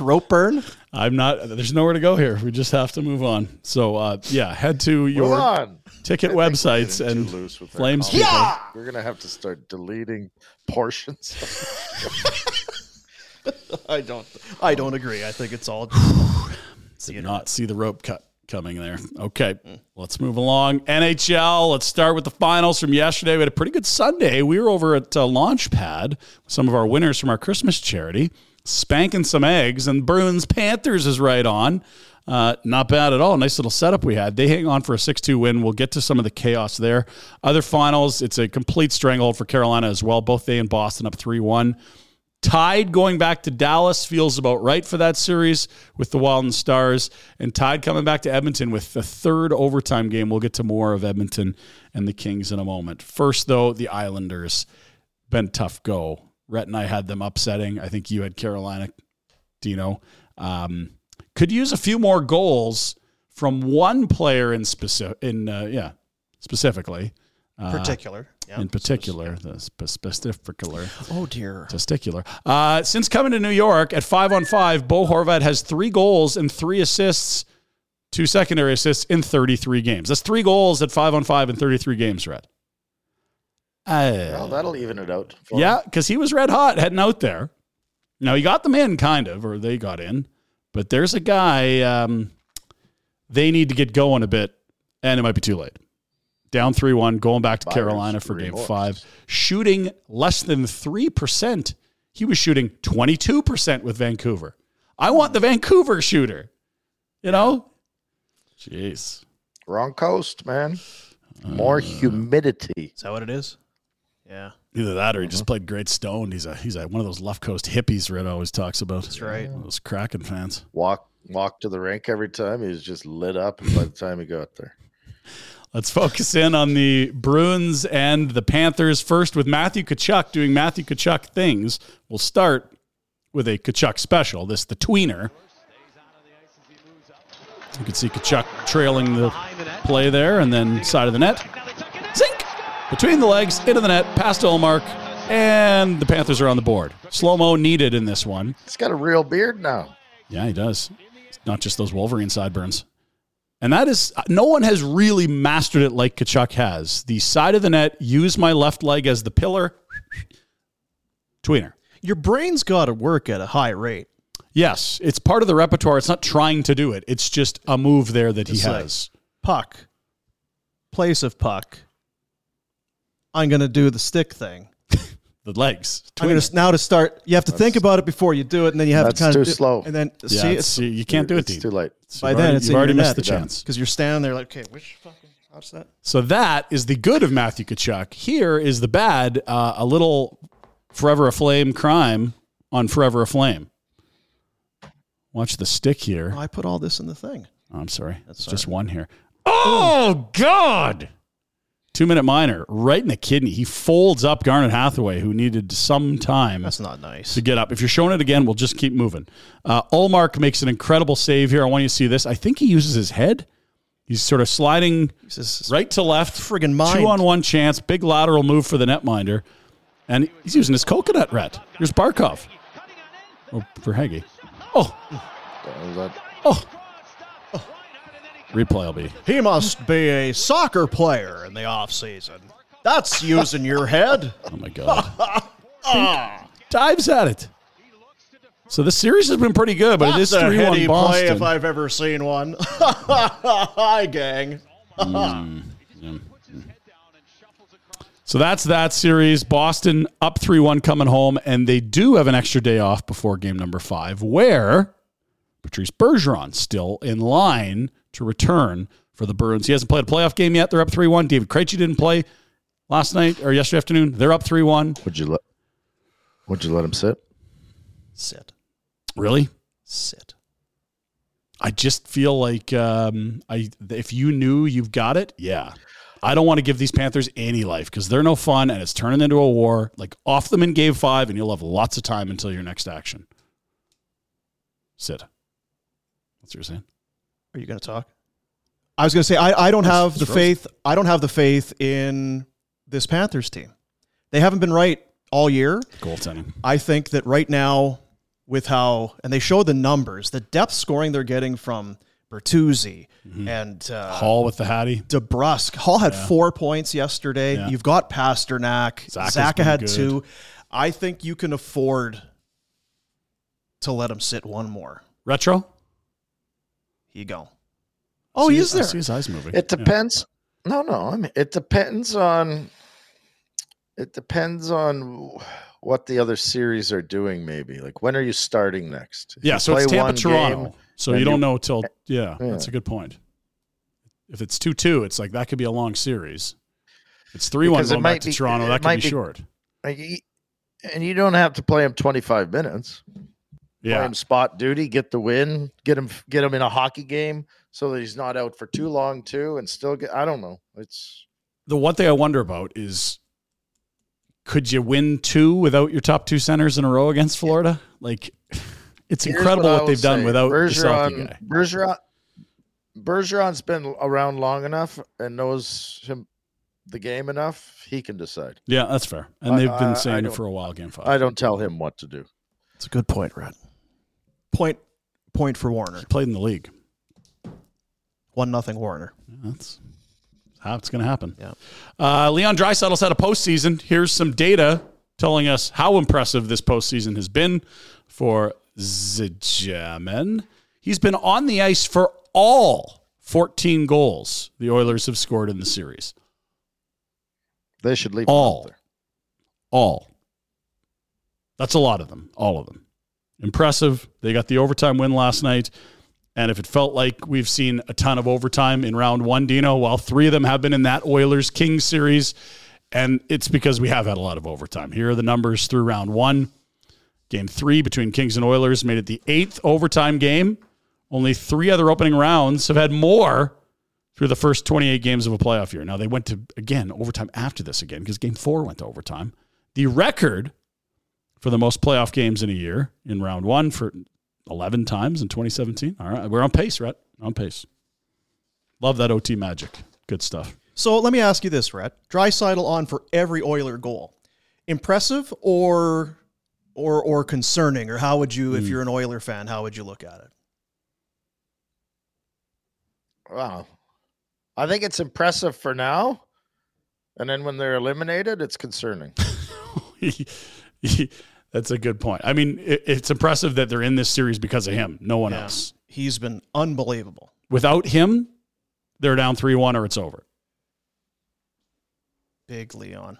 Rope burn? I'm not. There's nowhere to go here. We just have to move on. So uh, yeah, head to your Move on. ticket I think we're websites getting and too loose with our flames. comments. people. We're gonna have to start deleting portions. I don't. I don't agree. I think it's all. Did not see the rope cut coming there. Okay, let's move along. NHL. Let's start with the finals from yesterday. We had a pretty good Sunday. We were over at uh, Launchpad with some of our winners from our Christmas charity, spanking some eggs, and Bruins Panthers is right on. Uh, not bad at all. Nice little setup we had. They hang on for a 6 2 win. We'll get to some of the chaos there. Other finals, it's a complete stranglehold for Carolina as well. Both they and Boston up 3 1. Tide going back to Dallas feels about right for that series with the Wild and Stars, and Tide coming back to Edmonton with the third overtime game. We'll get to more of Edmonton and the Kings in a moment. First, though, the Islanders been tough go. Rhett and I had them upsetting. I think you had Carolina, Dino. Um, could use a few more goals from one player in specific. In uh, yeah, specifically particular. Yeah. Uh, in particular, the spe- specificular Oh dear. testicular. Uh, since coming to New York at five on five, Bo Horvat has three goals and three assists, two secondary assists in 33 games. That's three goals at five on five in 33 games, Red. Uh, well, that'll even it out. for yeah, because he was red hot heading out there. Now he got them in, kind of, or they got in. But there's a guy um, they need to get going a bit, and it might be too late. Down three one, going back to Buyer's Carolina for game remorse. five, shooting less than three percent. He was shooting twenty two percent with Vancouver. I want the Vancouver shooter. You know, jeez. Wrong coast, man. Uh, More humidity. Is that what it is? Yeah, Either that, or he just played great stoned. He's a he's a, one of those left coast hippies Red always talks about. That's right. Those Kraken fans. Walk walk to the rink every time. He was just lit up by the time he got there. Let's focus in on the Bruins and the Panthers first with Matthew Kachuk doing Matthew Kachuk things. We'll start with a Kachuk special. This the tweener. You can see Kachuk trailing the play there and then side of the net. Zink! Between the legs, into the net, past Olmark, and the Panthers are on the board. Slow mo needed in this one. He's got a real beard now. Yeah, he does. It's not just those Wolverine sideburns. And that is, no one has really mastered it like Kachuk has. The side of the net, use my left leg as the pillar. Tweener. your brain's got to work at a high rate. Yes, it's part of the repertoire. It's not trying to do it, it's just a move there that It's he like- has. Puck, place of puck. I'm gonna do the stick thing. the legs. I'm gonna, Tweener. now to start. You have to think about it before you do it, and then you have That's to kind too of slow. And then Yeah, see, it's- it's, you can't do it, It's Dean. too late. You've by already- then it's you've already missed the chance. because you're standing there like, okay, which fucking how's that? So that is the good of Matthew Kachuk. Here is the bad, uh, a little forever aflame crime on forever aflame. Watch the stick here. Oh, I put all this in the thing. Oh, I'm sorry. That's all just one here. Oh God. Two minute minor, right in the kidney. He folds up Garnet Hathaway, who needed some time That's not nice. to get up. If you're showing it again, we'll just keep moving. Uh, Olmark makes an incredible save here. I want you to see this. I think he uses his head. He's sort of sliding This is right to left. Friggin' mind. Two on one chance. Big lateral move for the netminder. And he's using his coconut rat. Here's Barkov. Oh, for Hagee. Oh, That was that- oh. Replay will be. He must be a soccer player in the off season. That's using your head. Oh my god. Ah. Dives at it. So the series has been pretty good, but it is That's a three one heady play if Boston. I've ever seen one. Hi, gang. so that's that series. Boston up three one coming home, and they do have an extra day off before game number five, where Patrice Bergeron still in line to return for the Bruins. He hasn't played a playoff game yet. They're up three one. David Krejci didn't play last night or yesterday afternoon. They're up three one. Would you let? Would you let him sit? Sit, Really? sit. I just feel like um, I if you knew you've got it, yeah. I don't want to give these Panthers any life because they're no fun and it's turning into a war. Like off them in game five, and you'll have lots of time until your next action. Sid, that's what you're saying. Are you going to talk? I was going to say I, I don't That's- have the that's roasted. faith. I don't have the faith in this Panthers team. They haven't been right all year. Goaltending. I think that right now, with how and they show the numbers, the depth scoring they're getting from Bertuzzi and uh, Mm-hmm. Hall with the Hattie. DeBrusque. Hall had four points yesterday. Yeah. You've got Pasternak. Zaka's Zaka been had good. two. I think you can afford to let him sit one more. Retro. He go. Oh, he is I there. see his eyes moving. It Yeah. depends. No, no. I mean, it depends on. It depends on what the other series are doing. Maybe like when are you starting next? If Yeah, you so it's play Tampa one Toronto. game, so then you don't you- eh, know till yeah, Yeah. that's a good point. If it's two two, it's like that could be a long series. If it's three one Because it going back might to be- Toronto, it that could might be, be- short. like, uh, y- and you don't have to play him twenty five minutes. Play Yeah. him spot duty, get the win, get him get him in a hockey game so that he's not out for too long too, and still get. I don't know. It's The one thing I wonder about is could you win two without your top two centers in a row against Florida? Like it's Here's incredible I what, will they've done say. without the Salty Bergeron. guy. Bergeron. Bergeron's been around long enough and knows him the game enough. He can decide. Yeah, that's fair. And I- they've I- I been saying it don't- for a while, game five. I don't tell him what to do. It's a good point, Red. Point point for Warner. He played in the league. One nothing Warner. That's how it's going to happen. Yeah. Uh, Leon Drysaddle's had a postseason. Here's some data telling us how impressive this postseason has been for Zegeman. He's been on the ice for all 14 goals the Oilers have scored in the series. They should leave All. him out All. That's a lot of them. All of them. Impressive. They got the overtime win last night. And if it felt like we've seen a ton of overtime in round one, Dino, while three of them have been in that Oilers Kings series, and it's because we have had a lot of overtime. Here are the numbers through round one. Game three between Kings and Oilers made it the eighth overtime game. Only three other opening rounds have had more through the first 28 games of a playoff year. Now they went to again overtime after this again because game 4 went to overtime. The record for the most playoff games in a year in round 1 for 11 times in 2017. All right, we're on pace, Rhett. On pace. Love that OT magic. Good stuff. So let me ask you this, Rhett. Drysidle on for every Oiler goal. Impressive or or or concerning, or how would you, if you're an Oiler fan, how would you look at it? there. Wow. I think it's impressive for now. And then when they're eliminated, it's concerning. That's a good point. I mean, it, it's impressive that they're in this series because of him, no one Yeah. else. He's been unbelievable. Without him, they're down 3-1 or it's over. Big Leon.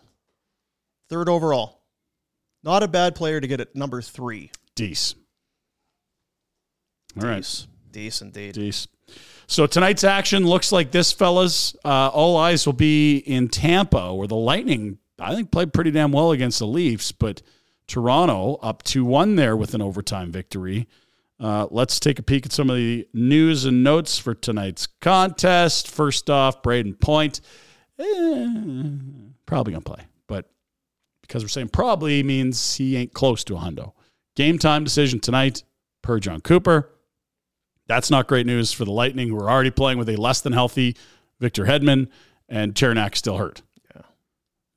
Third overall. Not a bad player to get at number three. Dees. All right. Dece. Dece indeed. Jeez. So tonight's action looks like this, fellas. Uh, all eyes will be in Tampa, where the Lightning, I think, played pretty damn well against the Leafs, but Toronto up 2 1 there with an overtime victory. Uh, let's take a peek at some of the news and notes for tonight's contest. First off, Braden Point. Eh, probably going to play, but because we're saying probably means he ain't close to a hundo. Game time decision tonight per John Cooper. That's not great news for the Lightning, who are already playing with a less than healthy Victor Hedman and Chernak still hurt.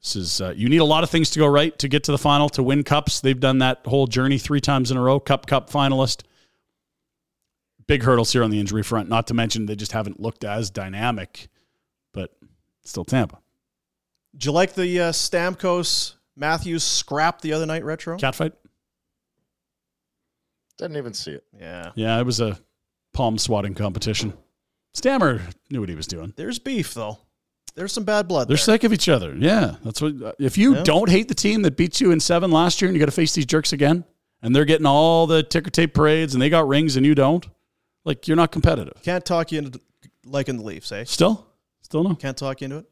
This is uh, you need a lot of things to go right to get to the final to win cups. They've done that whole journey three times in a row. Cup, cup finalist. Big hurdles here on the injury front. Not to mention they just haven't looked as dynamic, but still Tampa. Did you like the uh, Stamkos Matthews scrap the other night retro? Catfight. Didn't even see it. Yeah. Yeah, it was a palm swatting competition. Stammer knew what he was doing. There's beef though. There's some bad blood. They're there. sick of each other. Yeah, that's what. uh, If you Yeah. don't hate the team that beat you in seven last year, and you got to face these jerks again, and they're getting all the ticker tape parades, and they got rings, and you don't, like you're not competitive. Can't talk you into liking the Leafs, eh? Still, still no. Can't talk you into it.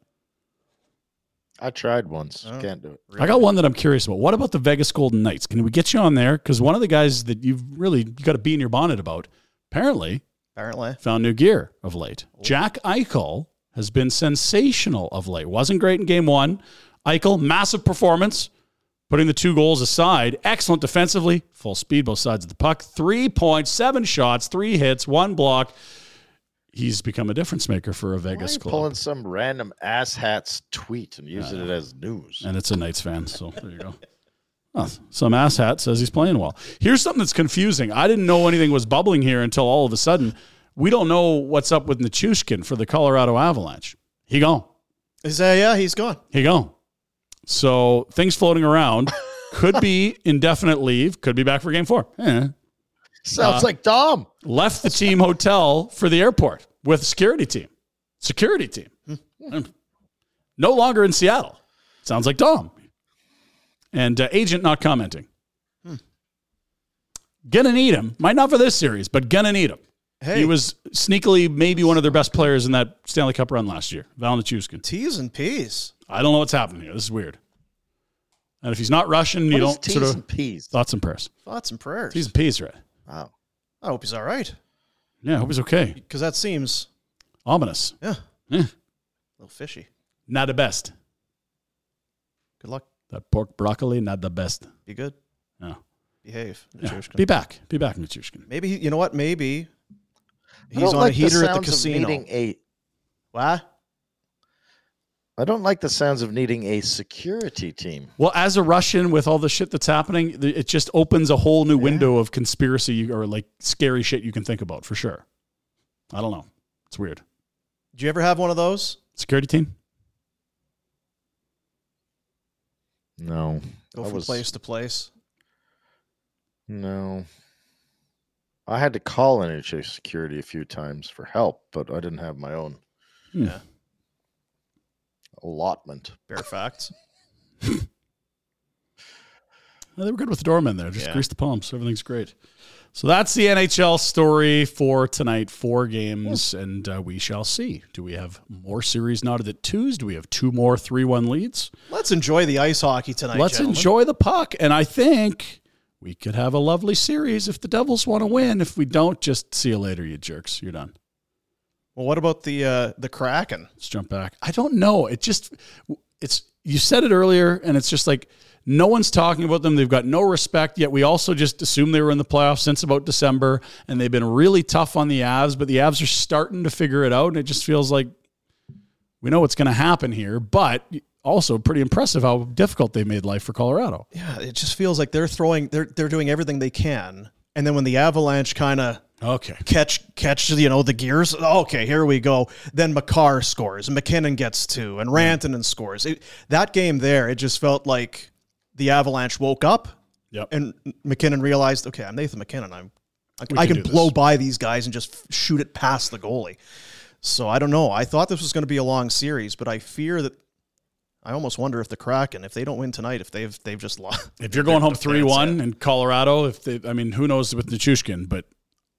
I tried once. Oh, Can't do it. I got one that I'm curious about. What about the Vegas Golden Knights? Can we get you on there? Because one of the guys that you've really you got to be in your bonnet about, apparently, Apparently, found new Oh. gear of late. Jack Eichel has been sensational of late. Wasn't great in game one. Eichel, massive performance, putting the two goals aside. Excellent defensively, full speed both sides of the puck. Three points, seven shots, three hits, one block. he's become a difference maker for a Why are Vegas you club. pulling some random asshat's tweet and using Uh, it as news? and it's a Knights fan. So there you go. Oh, some asshat says he's playing well. Here's something that's confusing. I didn't know anything was bubbling here until all of a sudden we don't know what's up with Nichushkin for the Colorado Avalanche. He gone. Is that, yeah, he's gone. He gone. So things floating around could be indefinite leave, could be back for game four. Eh. uh, Sounds like Dom. Left the team hotel for the airport with security team. Security team. Hmm. No longer in Seattle. Sounds like Dom. And uh, agent not commenting. Hmm. Gonna need him. Might not for this series, but gonna need him. Hey, He was sneakily maybe one of their best players in that Stanley Cup run last year, Valentin T's and P's. I don't know what's happening here. This is weird. And if he's not Russian, you What is don't T's sort of and P's? thoughts and prayers. Thoughts and prayers. He's a piece, right? Wow. I hope he's all right Yeah, I hope he's okay. because that seems, Ominous. yeah, Eh, a little fishy. not the best. Good luck. That pork broccoli, not the best. Be good. No. Behave. Yeah. Nichushkin. Be back. Be back, Nichushkin. Maybe, he- you know what? Maybe I he's don't on like a heater at the sounds of casino. needing a- Why? I don't like the sounds of needing a security team. Well, as a Russian with all the shit that's happening, th- it just opens a whole new window of conspiracy or like scary shit you can think about for sure. I don't know. It's weird. Do you ever have one of those? Security team? No. Go I from was- place to place. No. I had to call NHA security a few times for help, but I didn't have my own Hmm. Yeah. allotment. Bare facts. Well, they were good with the doorman there. Just Yeah. grease the pumps. Everything's great. So that's the NHL story for tonight. Four games, and uh, we shall see. Do we have more series knotted at twos? Do we have two more 3 1 leads? Let's enjoy the ice hockey tonight. Let's gentlemen. enjoy the puck. And I think we could have a lovely series if the Devils want to win. If we don't, just see you later, you jerks. You're done. Well, what about the uh, the Kraken? Let's jump back. I don't know. It just it's you said it earlier, and it's just like no one's talking about them. They've got no respect. Yet we also just assume they were in the playoffs since about December, and they've been really tough on the Avs. But the Avs are starting to figure it out, and it just feels like we know what's going to happen here. But also pretty impressive how difficult they made life for Colorado. Yeah, it just feels like they're throwing they're they're doing everything they can, and then when the Avalanche kind of Okay. catch catch you know the gears, okay, here we go. Then McCarr scores, and McKinnon gets two, and Rantanen scores. It, that game there, it just felt like the Avalanche woke up, Yep. and McKinnon realized, okay, I'm Nathan McKinnon, I'm We I can can do blow this. by these guys and just f- shoot it past the goalie. So I don't know. I thought this was going to be a long series, but I fear that I almost wonder if the Kraken, if they don't win tonight, if they've they've just lost. If you're going home three one in Colorado, if they, I mean, who knows with Nichushkin, but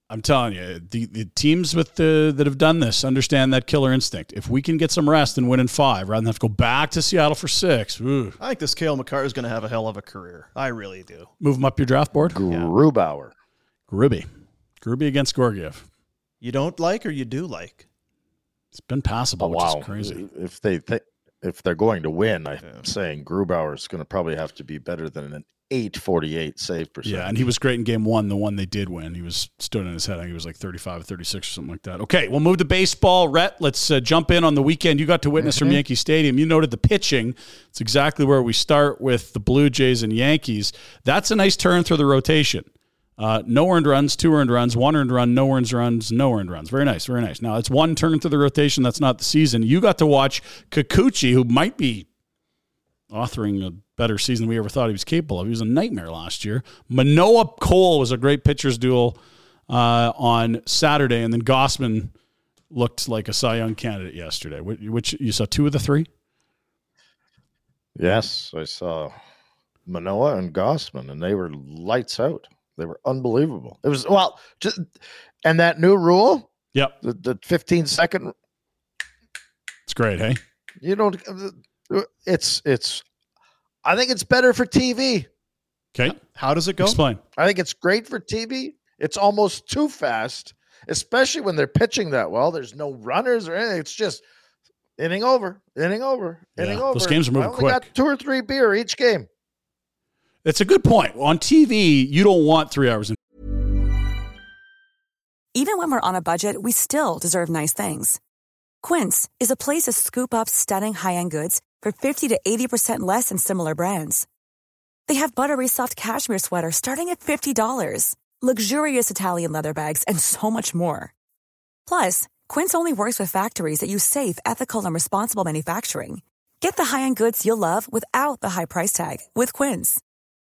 I'm telling you, the, the teams with the that have done this understand that killer instinct. If we can get some rest and win in five, rather than have to go back to Seattle for six, ooh, I think this Kale McCarr is going to have a hell of a career. I really do. move them up your draft board. Grubauer. Gruby, Gruby against Gorgiev. You don't like or you do like? It's been passable, which Oh, wow. is crazy. If they think if they're going to win, I'm saying Grubauer is going to probably have to be better than an 848 save percent. Yeah, and he was great in game one, the one they did win. He was stood on his head. I think he was like 35 or 36 or something like that. Okay, we'll move to baseball. Rhett, let's uh, jump in on the weekend you got to witness from Yankee Stadium. You noted the pitching. It's exactly where we start with the Blue Jays and Yankees. That's a nice turn through the rotation. Uh, no earned runs, two earned runs, one earned run, no earned runs, no earned runs. Very nice, very nice. Now, that's one turn through the rotation. That's not the season. You got to watch Kikuchi, who might be authoring a better season than we ever thought he was capable of. He was a nightmare last year. Manoa Cole was a great pitcher's duel uh, on Saturday, and then Gossman looked like a Cy Young candidate yesterday. Which, which you saw two of the three. Yes, I saw Manoa and Gossman, and they were lights out. They were unbelievable. It was well, just, and that new rule, Yep, the, the 15 second, it's great. Hey, you don't. uh, It's it's. I think it's better for TV. okay, How does it go? explain. I think it's great for TV. It's almost too fast, especially when they're pitching that well. There's no runners or anything. It's just inning over, inning over, inning Yeah, over. those games are I moving only got quick. two or three beer each game. That's a good point. On TV, you don't want three hours and Even when we're on a budget, we still deserve nice things. Quince is a place to scoop up stunning high end goods for 50 to 80% less than similar brands. They have buttery soft cashmere sweaters starting at $50, luxurious Italian leather bags, and so much more. Plus, Quince only works with factories that use safe, ethical, and responsible manufacturing. Get the high-end goods you'll love without the high price tag with Quince.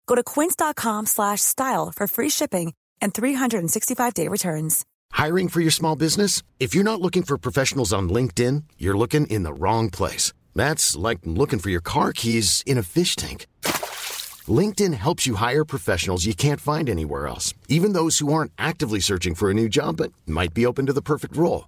Go to quince.com slash style for free shipping and 365-day returns. Hiring for your small business? If you're not looking for professionals on LinkedIn, you're looking in the wrong place. That's like looking for your car keys in a fish tank. LinkedIn helps you hire professionals you can't find anywhere else, even those who aren't actively searching for a new job but might be open to the perfect role.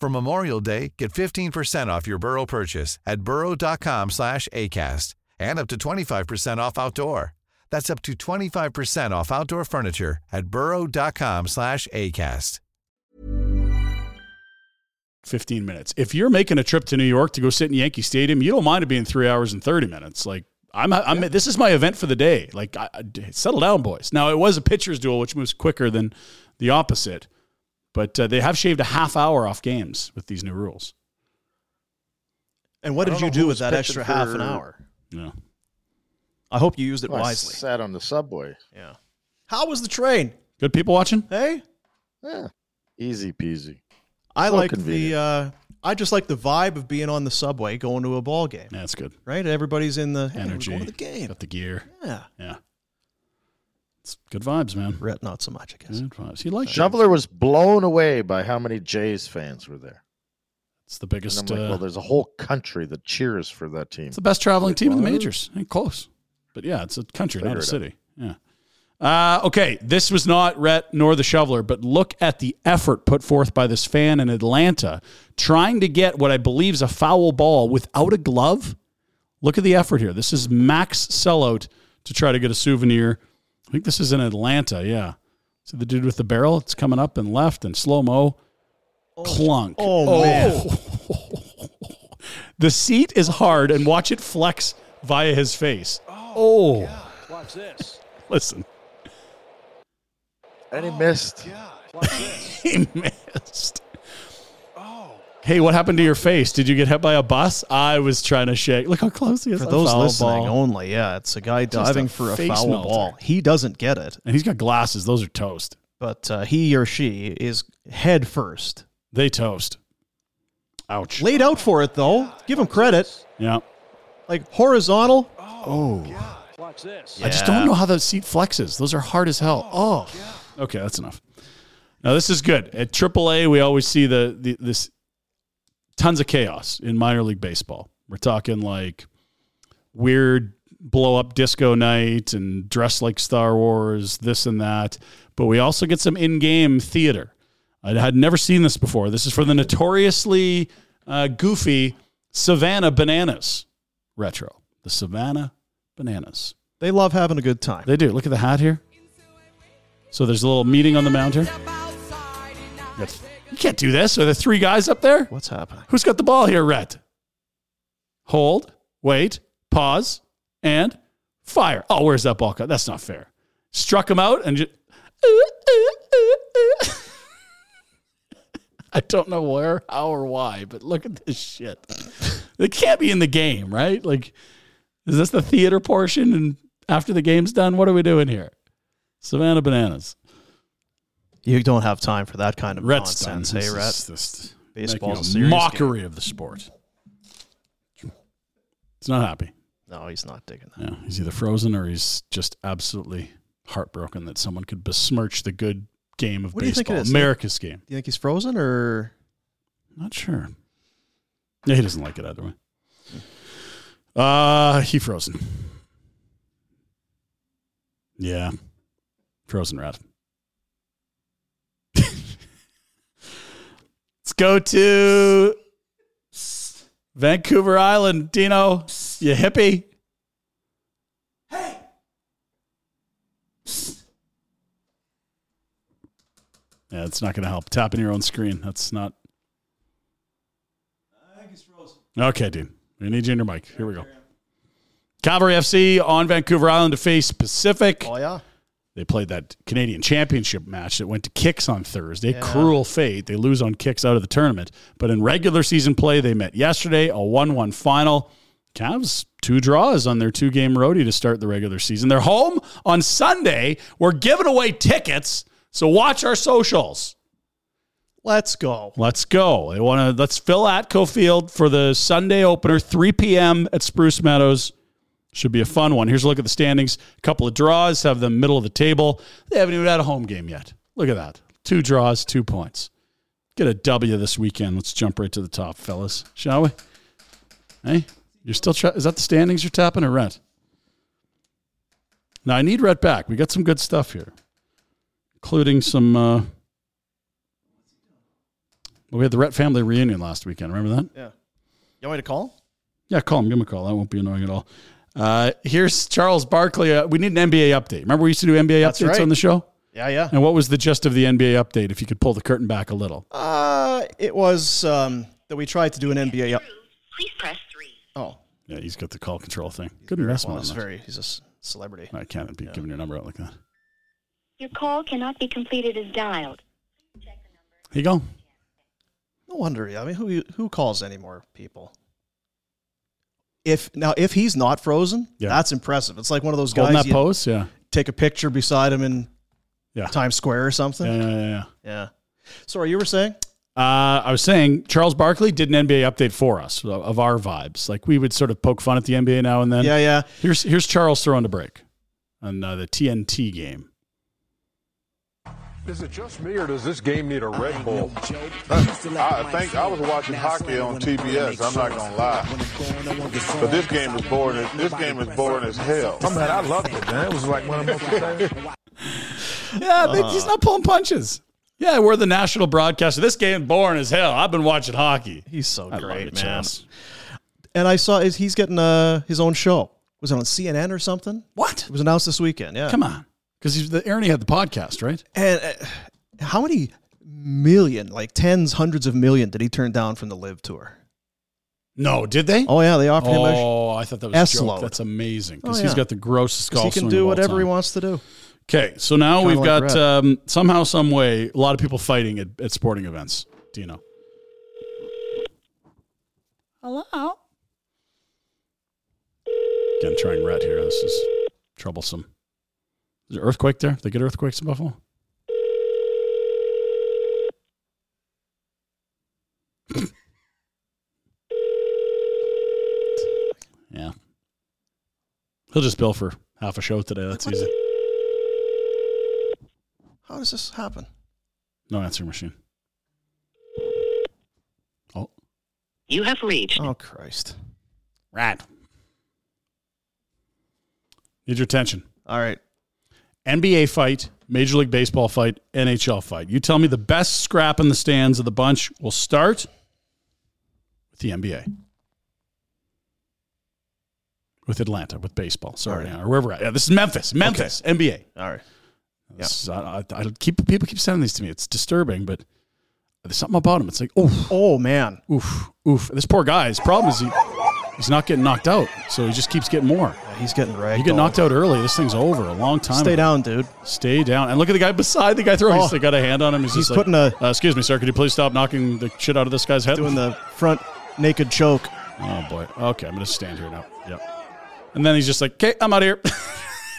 For Memorial Day, get 15% off your Burrow purchase at burrow.com slash ACAST and up to 25% off outdoor. That's up to 25% off outdoor furniture at burrow.com slash ACAST. 15 minutes. If you're making a trip to New York to go sit in Yankee Stadium, you don't mind it being three hours and 30 minutes. Like, I'm, I'm this is my event for the day. Like, I, I- settle down, boys. Now, it was a pitcher's duel, which moves quicker than the opposite, but uh, they have shaved a half hour off games with these new rules. And what I did don't you know do who with was that pitching extra half an for- hour? Yeah. I hope you used it Well, I wisely. sat on the subway. Yeah. How was the train? Good people watching? Hey, Yeah, easy peasy. I So like convenient. the. Uh, I just like the vibe of being on the subway going to a ball game. Yeah, that's good. Right, everybody's in the hey, we're Energy. going to the game. Got the gear. Yeah, Yeah. It's good vibes, man. Rhett, not so much, I guess. Good vibes. He likes it. Shoveler was blown away by how many Jays fans were there. It's the And I'm biggest, like, uh, well, there's a whole country that cheers for that team. it's the best traveling team in the What? majors. Ain't close. But yeah, it's a country, not Figure a it city. Yeah. Uh, okay, this was not Rhett nor the Shoveler, but look at the effort put forth by this fan in Atlanta trying to get what I believe is a foul ball without a glove. Look at the effort here. This is max sellout to try to get a souvenir. I think this is in Atlanta. Yeah. So the dude with the barrel, it's coming up and left and slow mo. Clunk. Oh, man. The seat is hard and watch it flex via his face. Oh, Watch this. listen. and he missed. He missed. Hey, what happened to your face? Did you get hit by a bus? I was trying to shake. Look how close he is. For A those foul listening ball. only, yeah, it's a guy Just a diving for a face foul melter. ball. He doesn't get it, and he's got glasses. Those are toast. but uh, he or she is head first. They toast. Ouch. Laid out for it though. Give him credit. Yeah. Like horizontal. Oh. Watch this. I just don't know how that seat flexes. Those are hard as hell. Oh. Okay, that's enough. Now this is good. At AAA, we always see the, the this tons of chaos in minor league baseball. We're talking like weird blow up disco night and dress like Star Wars, this and that. But we also get some in game theater. I had never seen this before. This is for the notoriously uh, goofy Savannah Bananas retro. The Savannah Bananas. They love having a good time. They do. Look at the hat here. So there's a little meeting on the mound here. That's- You can't do this. Are there three guys up there? What's happening? Who's got the ball here, Rhett? Hold, wait, pause, and fire. Oh, where's that ball? cut? That's not fair. Struck him out and just. I don't know where, how, or why, but look at this shit. It can't be in the game, right? Like, is this the theater portion? And after the game's done, what are we doing here? Savannah Bananas. You don't have time for that kind of Rhett's done. nonsense, hey This Rhett? is- this- Baseball's making a a serious mockery of the sport. It's not happy. No, he's not digging that. Yeah, he's either frozen or he's just absolutely heartbroken that someone could besmirch the good game of What do you baseball, think it is? America's game. Do you think he's frozen or Not sure. Yeah, he doesn't like it either way. Uh, he frozen. Yeah, frozen rat. go to Vancouver Island, Dino. You hippie. Yeah, it's not going to help. Tapping your own screen. That's not. Okay, dude. We need you in your mic. Here we go. Calgary FC on Vancouver Island to face Pacific. Oh yeah. They played that Canadian Championship match that went to kicks on Thursday. Cruel fate. They lose on kicks out of the tournament. But in regular season play, they met yesterday, a 1 1 final. Cavs, two draws on their two game roadie to start the regular season. They're home on Sunday. We're giving away tickets. So watch our socials. Let's go. Let's go. They want to let's fill Atco Field for the Sunday opener, 3 p.m. at Spruce Meadows. Should be a fun one. Here's a look at the standings. A couple of draws have them middle of the table. They haven't even had a home game yet. Look at that. Two draws, two points. Get a W this weekend. Let's jump right to the top, fellas, shall we? Hey, you're still trying. Is that the standings you're tapping or rent? Now I need Rhett back. We got some good stuff here, including some. Uh, we had the Rhett family reunion last weekend. Remember that? Yeah. You want me to call? Yeah, call him. Give him a call. That won't be annoying at all. Uh, here's Charles Barkley. Uh, we need an NBA update. Remember we used to do NBA That's updates right. on the show? Yeah, yeah. And what was the gist of the NBA update? If you could pull the curtain back a little. Uh, it was um, that we tried to do an NBA. Up- Please press three. oh, Yeah, he's got the call control thing. Good investment. well, on he's that. very. He's a s- celebrity. I can't be giving your number out like that. Your call cannot be completed as dialed. Here you go. No wonder. I mean, who who calls anymore? People. If now, if he's not frozen, Yeah. that's impressive. It's like one of those Holding guys that you post. Yeah. take a picture beside him in Yeah. Times Square or something. Yeah, yeah, yeah, yeah. Yeah. Sorry, you were saying? Uh, I was saying Charles Barkley did an NBA update for us of of our vibes. Like we would sort of poke fun at the NBA now and then. yeah, yeah. Here's here's Charles throwing the break on uh, the TNT game. Is it just me, or does this game need a Red Bull? I think I was watching hockey on TBS. I'm not gonna lie, but this game is boring. as- This game is boring as hell. I mean, I loved it, Oh, man. It was like one of my favorites. Yeah, they- he's not pulling punches. Yeah, we're the national broadcaster. This game boring as hell. I've been watching hockey. He's so I love great, it, man. Charles. And I saw is he's getting uh, his own show. Was it on CNN or something? What? It was announced this weekend. Yeah. Come on, because the Ernie had the podcast, right? And uh, how many million, like tens, hundreds of million, did he turn down from the Live Tour? No, did they? Oh yeah, they offered him a sh- Oh, I thought that was a joke. S-load. That's amazing because Oh, he's yeah. got the grossest 'cause golf. he can swing do of all whatever he time. wants to do. Okay, so now Kinda we've like got Brett. um, somehow, some way, a lot of people fighting at, at sporting events. Do you know? Hello. Again, trying red here. This is troublesome. Is there earthquake there? They get earthquakes in Buffalo. yeah. He'll just bill for half a show today. That's easy. How does this happen? No answering machine. Oh, You have reached. Oh Christ! rat. Need your attention. All right, NBA fight, Major League Baseball fight, NHL fight. You tell me the best scrap in the stands of the bunch. We'll start with the NBA. With Atlanta, with baseball. Sorry, All or wherever. we're at. Yeah, this is Memphis. Memphis, NBA. all right. This is- I, I, I keep people keep sending these to me. It's disturbing, but there's something about them. It's like, oh, Oh man, oof, oof. This poor guy. His problem is he, he's not getting knocked out, so he just keeps getting more. Yeah, he's getting ragged. You get knocked out early, this thing's over. A long time. Stay ago. down, dude. Stay down. And look at the guy beside the guy throwing. Oh. He's got a hand on him. He's, He's just like, putting a- uh, excuse me, sir. Could you please stop knocking the shit out of this guy's head? Doing the front naked choke. oh boy. Okay, I'm gonna stand here now. Yep. And then he's just like, okay, I'm out of here.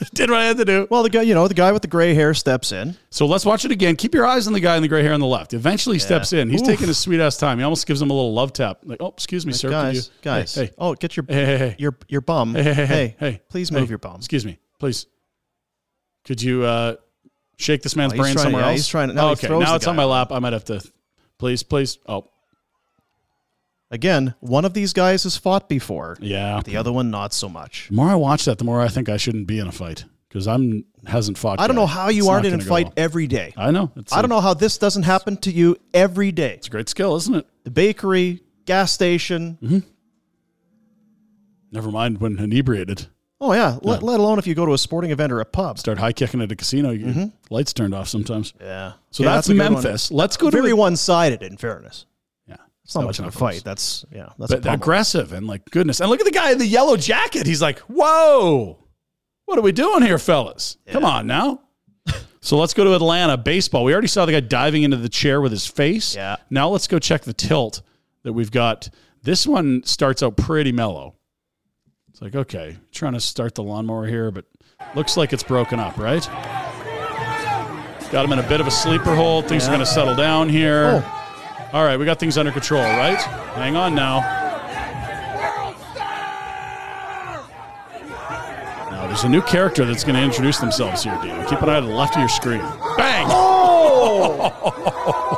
Did what I had to do. Well, the guy, you know, the guy with the gray hair steps in. So let's watch it again. Keep your eyes on the guy in the gray hair on the left. Eventually, he steps in. He's Oof. taking his sweet ass time. He almost gives him a little love tap. Like, oh, excuse me, sir. could guys, you- guys. Hey, hey, Oh, get your Hey, hey, hey. your your bum. hey, hey, hey, hey, hey. please Hey, move your bum. Excuse me, please. Could you uh, shake this man's Oh, he's brain trying to- somewhere yeah, else? he's trying to- now he okay, throws now the it's on guy. my lap. I might have to. Please, please. Oh, Again, one of these guys has fought before. yeah. The other one, not so much. The more I watch that, the more I think I shouldn't be in a fight. because I'm hasn't fought. I don't yet. know how you It's aren't in not a gonna go fight well. every day. I know. It's I don't a- know how this doesn't happen to you every day. It's a great skill, isn't it? The bakery, gas station. Mm-hmm. Never mind when inebriated. Oh yeah. Let, let alone if you go to a sporting event or a pub. Start high kicking at a casino. You Mhm. Lights turned off sometimes. Yeah. So Okay, that's, a good one. Memphis. Let's go to very the- one-sided. In fairness, Yeah, it's not much That of was a not fight. close. That's yeah. That's but a pummel. aggressive and like goodness. And look at the guy in the yellow jacket. He's like, "Whoa, what are we doing here, fellas? Come on now." so let's go to Atlanta baseball. We already saw the guy diving into the chair with his face. Yeah. Now let's go check the tilt that we've got. This one starts out pretty mellow. It's like okay, trying to start the lawnmower here, but looks like it's broken up, right? Got him in a bit of a sleeper hold. Things Yeah. are Oh. going to settle down here. All right, we got things under control, right? Hang on now. Now, there's a new character that's going to introduce themselves here, Dino. Keep an eye to the left of your screen. Bang!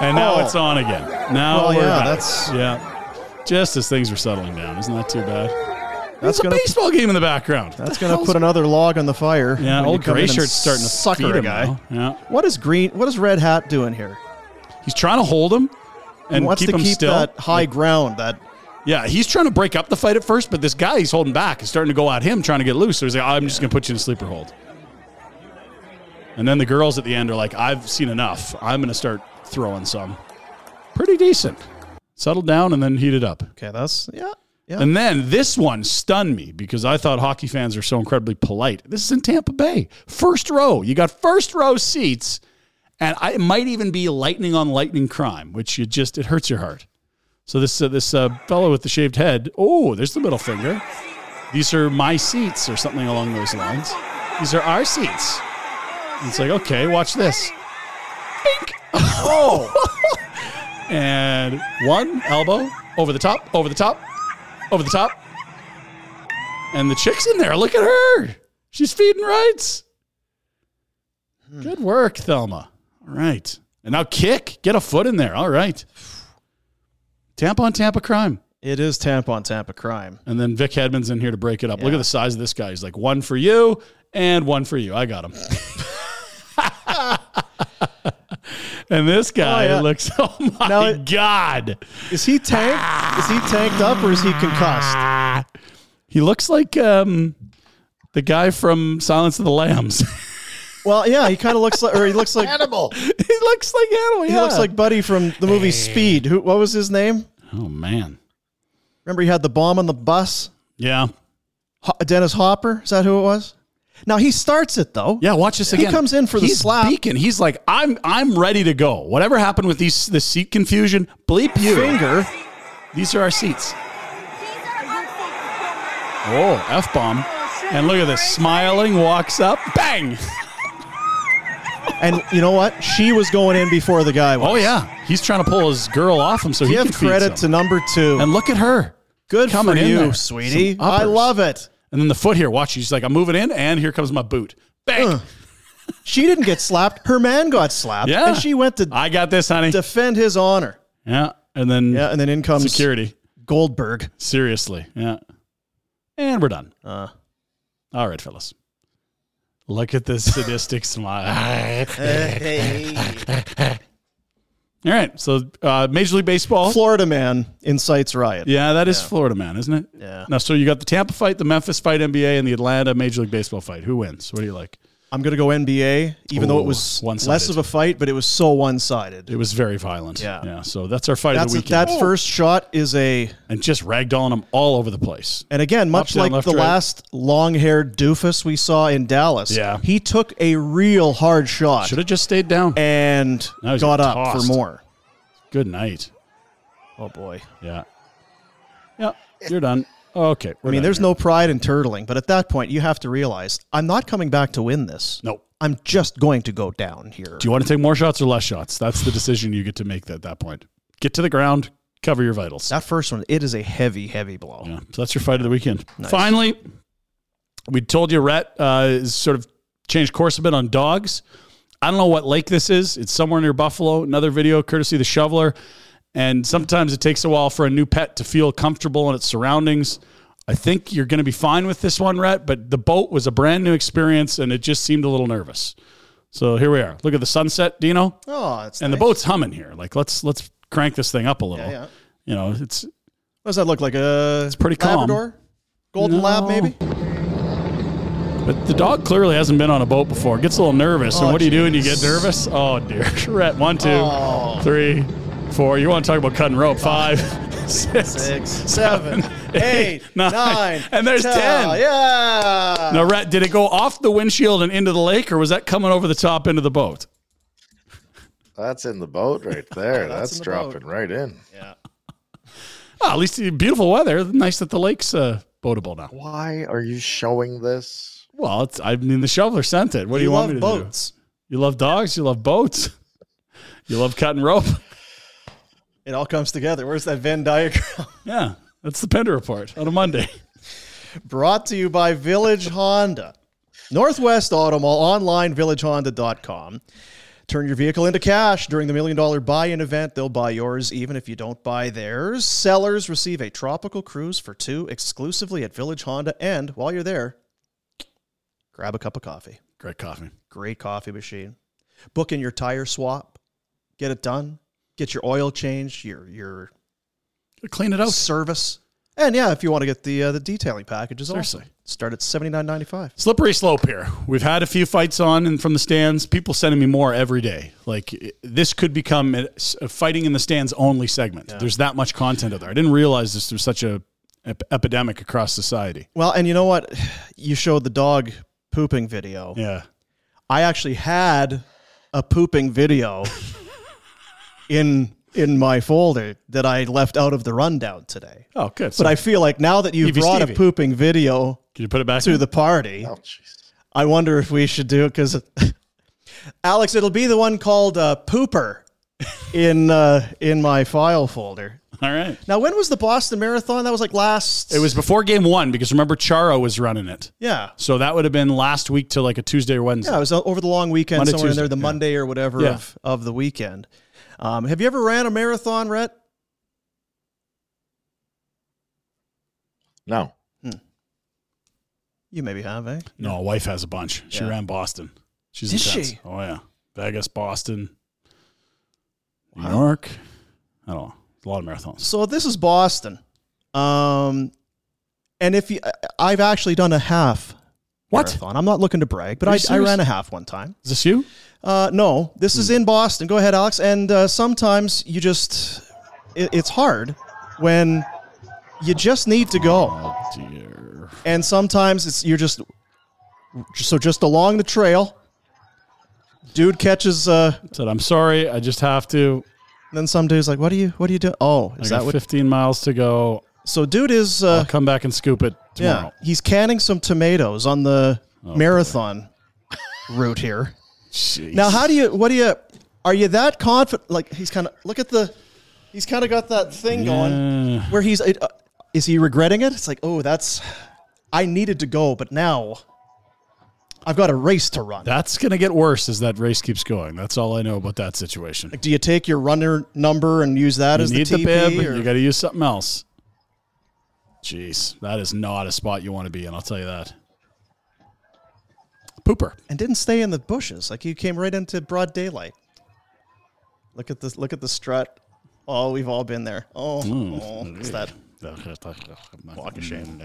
And now Oh. it's on again. Now Well, we're yeah, back. that's- yeah. Just as things are settling down, isn't that too bad? That's That's a gonna- baseball game in the background. That's going to put another log on the fire. Yeah, when you old come in gray and shirt's starting to sucker feed a him guy. now. What is green? What is red hat doing here? He's trying to hold him and he wants keep to him keep still. that high ground. That Yeah, he's trying to break up the fight at first, but this guy he's holding back is starting to go at him, trying to get loose. So he's like, I'm just going to put you in a sleeper hold. And then the girls at the end are like, I've seen enough. I'm going to start throwing some. Pretty decent. Settled down and then heated up. okay. That's yeah. Yeah. And then this one stunned me because I thought hockey fans are so incredibly polite. This is in Tampa Bay. First row. You got first row seats. And I, it might even be lightning on lightning crime, which you just, it hurts your heart. So this, uh, this uh, fellow with the shaved head, oh, there's the middle finger. These are my seats or something along those lines. These are our seats. And it's like, okay, watch this. Oh. and one elbow over the top, over the top, over the top. And the chick's in there. Look at her. She's feeding rights. Good work, Thelma. All right. And now kick. Get a foot in there. All right. Tampa on Tampa crime. It is Tampa on Tampa crime. And then Vic Hedman's in here to break it up. Look at the size of this guy. He's like one for you and one for you. I got him. and this guy Oh, yeah. looks, oh my Now it- God. Is he tanked? is he tanked up or is he concussed? He looks like um, the guy from Silence of the Lambs. Well, yeah, he kind of looks like, or he looks like Animal. he looks like Animal. he looks like Buddy from the movie Speed. Who? What was his name? oh man, Remember he had the bomb on the bus. yeah, Ho- Dennis Hopper. Is that who it was? Now he starts it though. yeah. Watch this He again. comes in for the He's slap. Beacon. He's like, I'm, I'm ready to go. Whatever happened with these, the seat confusion. Bleep you. Finger. These are our seats. Oh, f bomb. And look at this. Smiling walks up. Bang. And you know what? She was going in before the guy was. Oh yeah, he's trying to pull his girl off him so he can Give feed credit to some. number two. And look at her. Good for coming in you, there. sweetie. Some uppers. I love it. And then the foot here. Watch. She's like, I'm moving in, and here comes my boot. Bang. Uh. She didn't get slapped. Her man got slapped. Yeah. And she went to I got this, honey. defend his honor. Yeah. And then Yeah. And then in comes security. Goldberg. Seriously. Yeah. And we're done. Uh, All right, fellas. Look at this sadistic smile. All right. So, uh, Major League Baseball. Florida man incites riot. yeah, that is Florida, man, isn't it? Yeah. Now, so you got the Tampa fight, the Memphis fight, NBA, and the Atlanta Major League Baseball fight. Who wins? What do you like? I'm going to go NBA, even though Ooh, it was one-sided. less of a fight, but it was so one sided. It was very violent. Yeah. Yeah. So that's our fight of That's the weekend. Oh. that first shot is a, and just ragdolling them all over the place. and again, Up, much down, like left, the right. last long haired doofus we saw in Dallas, Yeah. he took a real hard shot Should have just stayed down. and Now he's got up tossed. for more. Good night. Oh boy. Yeah. Yeah. You're done. Okay. I mean, there's no pride in turtling, but at that point, you have to realize I'm not coming back to win this. no. I'm just going to go down here. Do you want to take more shots or less shots? That's the decision you get to make at that point. Get to the ground, cover your vitals. that first one, it is a heavy, heavy blow. Yeah. So that's your fight of the weekend. Finally, we told you Rhett uh, has sort of changed course a bit on dogs. I don't know what lake this is. It's somewhere near Buffalo. Another video, courtesy of the shoveler. And sometimes it takes a while for a new pet to feel comfortable in its surroundings. I think you're going to be fine with this one, Rhett, but the boat was a brand new experience and it just seemed a little nervous. So here we are. Look at the sunset, Dino. Oh, that's and the nice. boat's humming here. Like let's let's crank this thing up a little. yeah. You know, it's What does that look like? Uh, it's pretty calm. Labrador, Golden Lab, No. maybe. but the dog clearly hasn't been on a boat before. Gets a little nervous. Oh, and what do you do when you geez. get nervous? Oh dear. Rhett, one, two, three, Oh. four. You want to talk about cutting rope? Five, six, Six, seven, eight, nine. nine, And there's 10. Yeah. Now, Rhett, did it go off the windshield and into the lake, or was that coming over the top into the boat? That's in the boat right there. That's that's in the dropping right in. Yeah. Oh, at least beautiful weather. Nice that the lake's uh, boatable now. Why are you showing this? Well, it's, I mean, the shoveler sent it. What do you want love me to boats. do? You love dogs. You love boats. You love cutting rope. It all comes together. Where's that Venn diagram? Yeah, that's the Pender report on a Monday. Brought to you by Village Honda. Northwest Auto Mall online, villagehonda.com. Turn your vehicle into cash during the million dollar buy in event. They'll buy yours even if you don't buy theirs. Sellers receive a tropical cruise for two exclusively at Village Honda. And while you're there, grab a cup of coffee. Great coffee. Great coffee machine. Book in your tire swap. Get it done. Get your oil changed, your your Clean it out. service. And yeah, if you want to get the uh, the detailing packages, also Seriously. start at seventy nine ninety five. Slippery slope here. We've had a few fights on and from the stands. People sending me more every day. Like i- this could become a s- a fighting in the stands only segment. There's that much content out there. I didn't realize this was such a ep- epidemic across society. Well, and you know what? You showed the dog pooping video. Yeah. I actually had a pooping video in in my folder that I left out of the rundown today. Oh, good. So But I feel like now that you've Evie brought Stevie. a pooping video can you put it back to the party, Oh, jeez. I wonder if we should do it because Alex, it'll be the one called uh, Pooper in uh, in my file folder. All right. Now, when was the Boston Marathon? That was like last. It was before game one because remember Charo was running it. yeah, So that would have been last week to like a Tuesday or Wednesday. yeah. It was uh, over the long weekend Monday, somewhere in there, Tuesday, the yeah. Monday or whatever Yeah. of, of the weekend. Um, have you ever ran a marathon, Rhett? No. You maybe have, eh? No, wife has a bunch. She Yeah. ran Boston. She's Did intense. she? Oh yeah, Vegas, Boston, New York. I don't know. A lot of marathons. So this is Boston, um, and if you, I- I've actually done a half What? marathon. I'm not looking to brag, but Are you I, I serious? Hmm. ran a half one time. Is this you? Uh, no, this is in Boston. Go ahead, Alex. And uh, sometimes you just, it, it's hard when you just need to go. Oh dear. And sometimes it's you're just, so just along the trail, dude catches. Uh, Said I'm sorry. I just have to. then some dude's like, "What are you? What are you doing? Oh, I is got that what?" 15 miles to go. So dude is, uh, I'll come back and scoop it yeah, tomorrow. Oh, he's canning some tomatoes on the marathon route here. Jeez. Now, how do you? What do you? Are you that confident? Like he's kind of look at the, he's kind of got that thing going where he's. It, uh, is he regretting it? It's like, oh, that's. I needed to go, but now, I've got a race to run. That's gonna get worse as that race keeps going. That's all I know about that situation. do you take your runner number and use that You as need the the, TP? bib. or- You got to use something else. Jeez, that is not a spot you want to be in. I'll tell you that. Pooper. and didn't stay in the bushes. Like you came right into broad daylight. Look at this. Look at the strut. Oh, we've all been there. Oh, Hmm. oh, Mm. it's that. Walk of shame.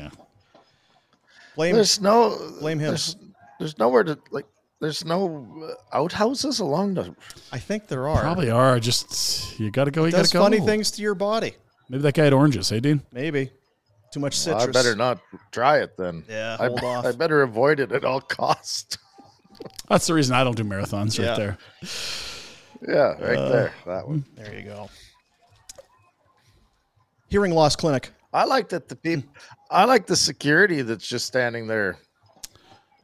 Blame. There's no. Blame him. There's, there's nowhere to like. There's no uh, outhouses along the. I think there are. Probably are. Just you got to go. You got Does to go. funny things to your body. Maybe that guy had oranges. Hey, Dean. Maybe. Too much Well, citrus. I better not try it then. Yeah, I, hold off. I better avoid it at all cost. That's the reason I don't do marathons. Yeah. Right there. yeah, right Uh, there. That one. There you go. Hearing loss clinic. I like that the Hmm. people. I like the security that's just standing there.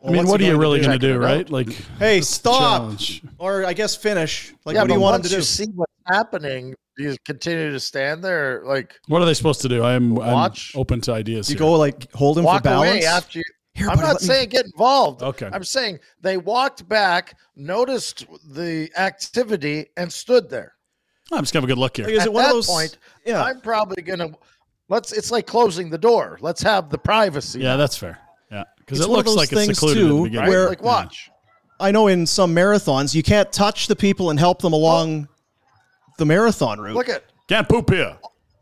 I mean, what's what he are you going to really do? going to do, Checking it out. right? Like, Hey, stop. challenge. Or I guess finish. Like, Yeah, what do you but want him to once do? You see what's happening. Do you continue to stand there, like what are they supposed to do? I'm, I'm Watch. open to ideas. you here. go like hold him for walk balance. away after you? Here, I'm buddy, not let me- saying get involved. Okay. I'm saying they walked back, noticed the activity, and stood there. I'm just gonna have a good look Like, here. is At it one that of those? point, yeah. I'm probably gonna. Let's. It's like closing the door. Let's have the privacy. Yeah, that's fair. Yeah, because It's it one of looks those like it's things, secluded in too, the beginning. where- Like watch. I know in some marathons you can't touch the people and help them along the marathon route. Look at Can't poop here.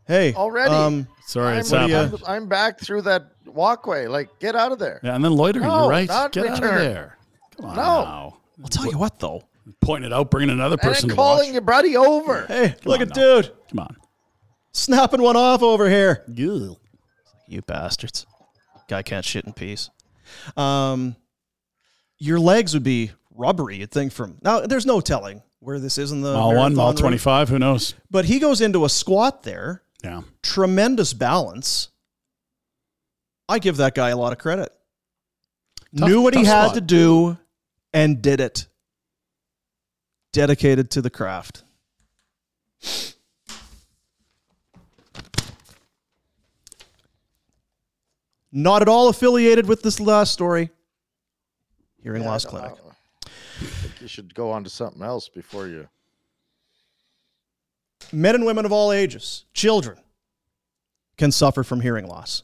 hey, already. um, Sorry, I'm, it's what do happening. I'm, I'm back through that walkway. Like, get out of there. Yeah, and then loitering. No, you're right. not Get out return. of there. Come on No. now. I'll tell you what though. Point it out. Bringing another And person then to watch. calling your buddy over. Hey, look on at now. dude Come on. snapping one off over here. You bastards. Guy can't shit in peace. Um, your legs would be rubbery, you'd think, from now. There's no telling where this is in the Mile one, marathon mile route. twenty-five. Who knows? But he goes into a squat there, Yeah. tremendous balance. I give that guy a lot of credit. Tough- Knew what he tough had spot. to do and did it. Dedicated to the craft. Not at all affiliated with this last story. Hearing Yeah, I Loss don't- I Clinic. don't- I think you should go on to something else before you. men and women of all ages, children, can suffer from hearing loss.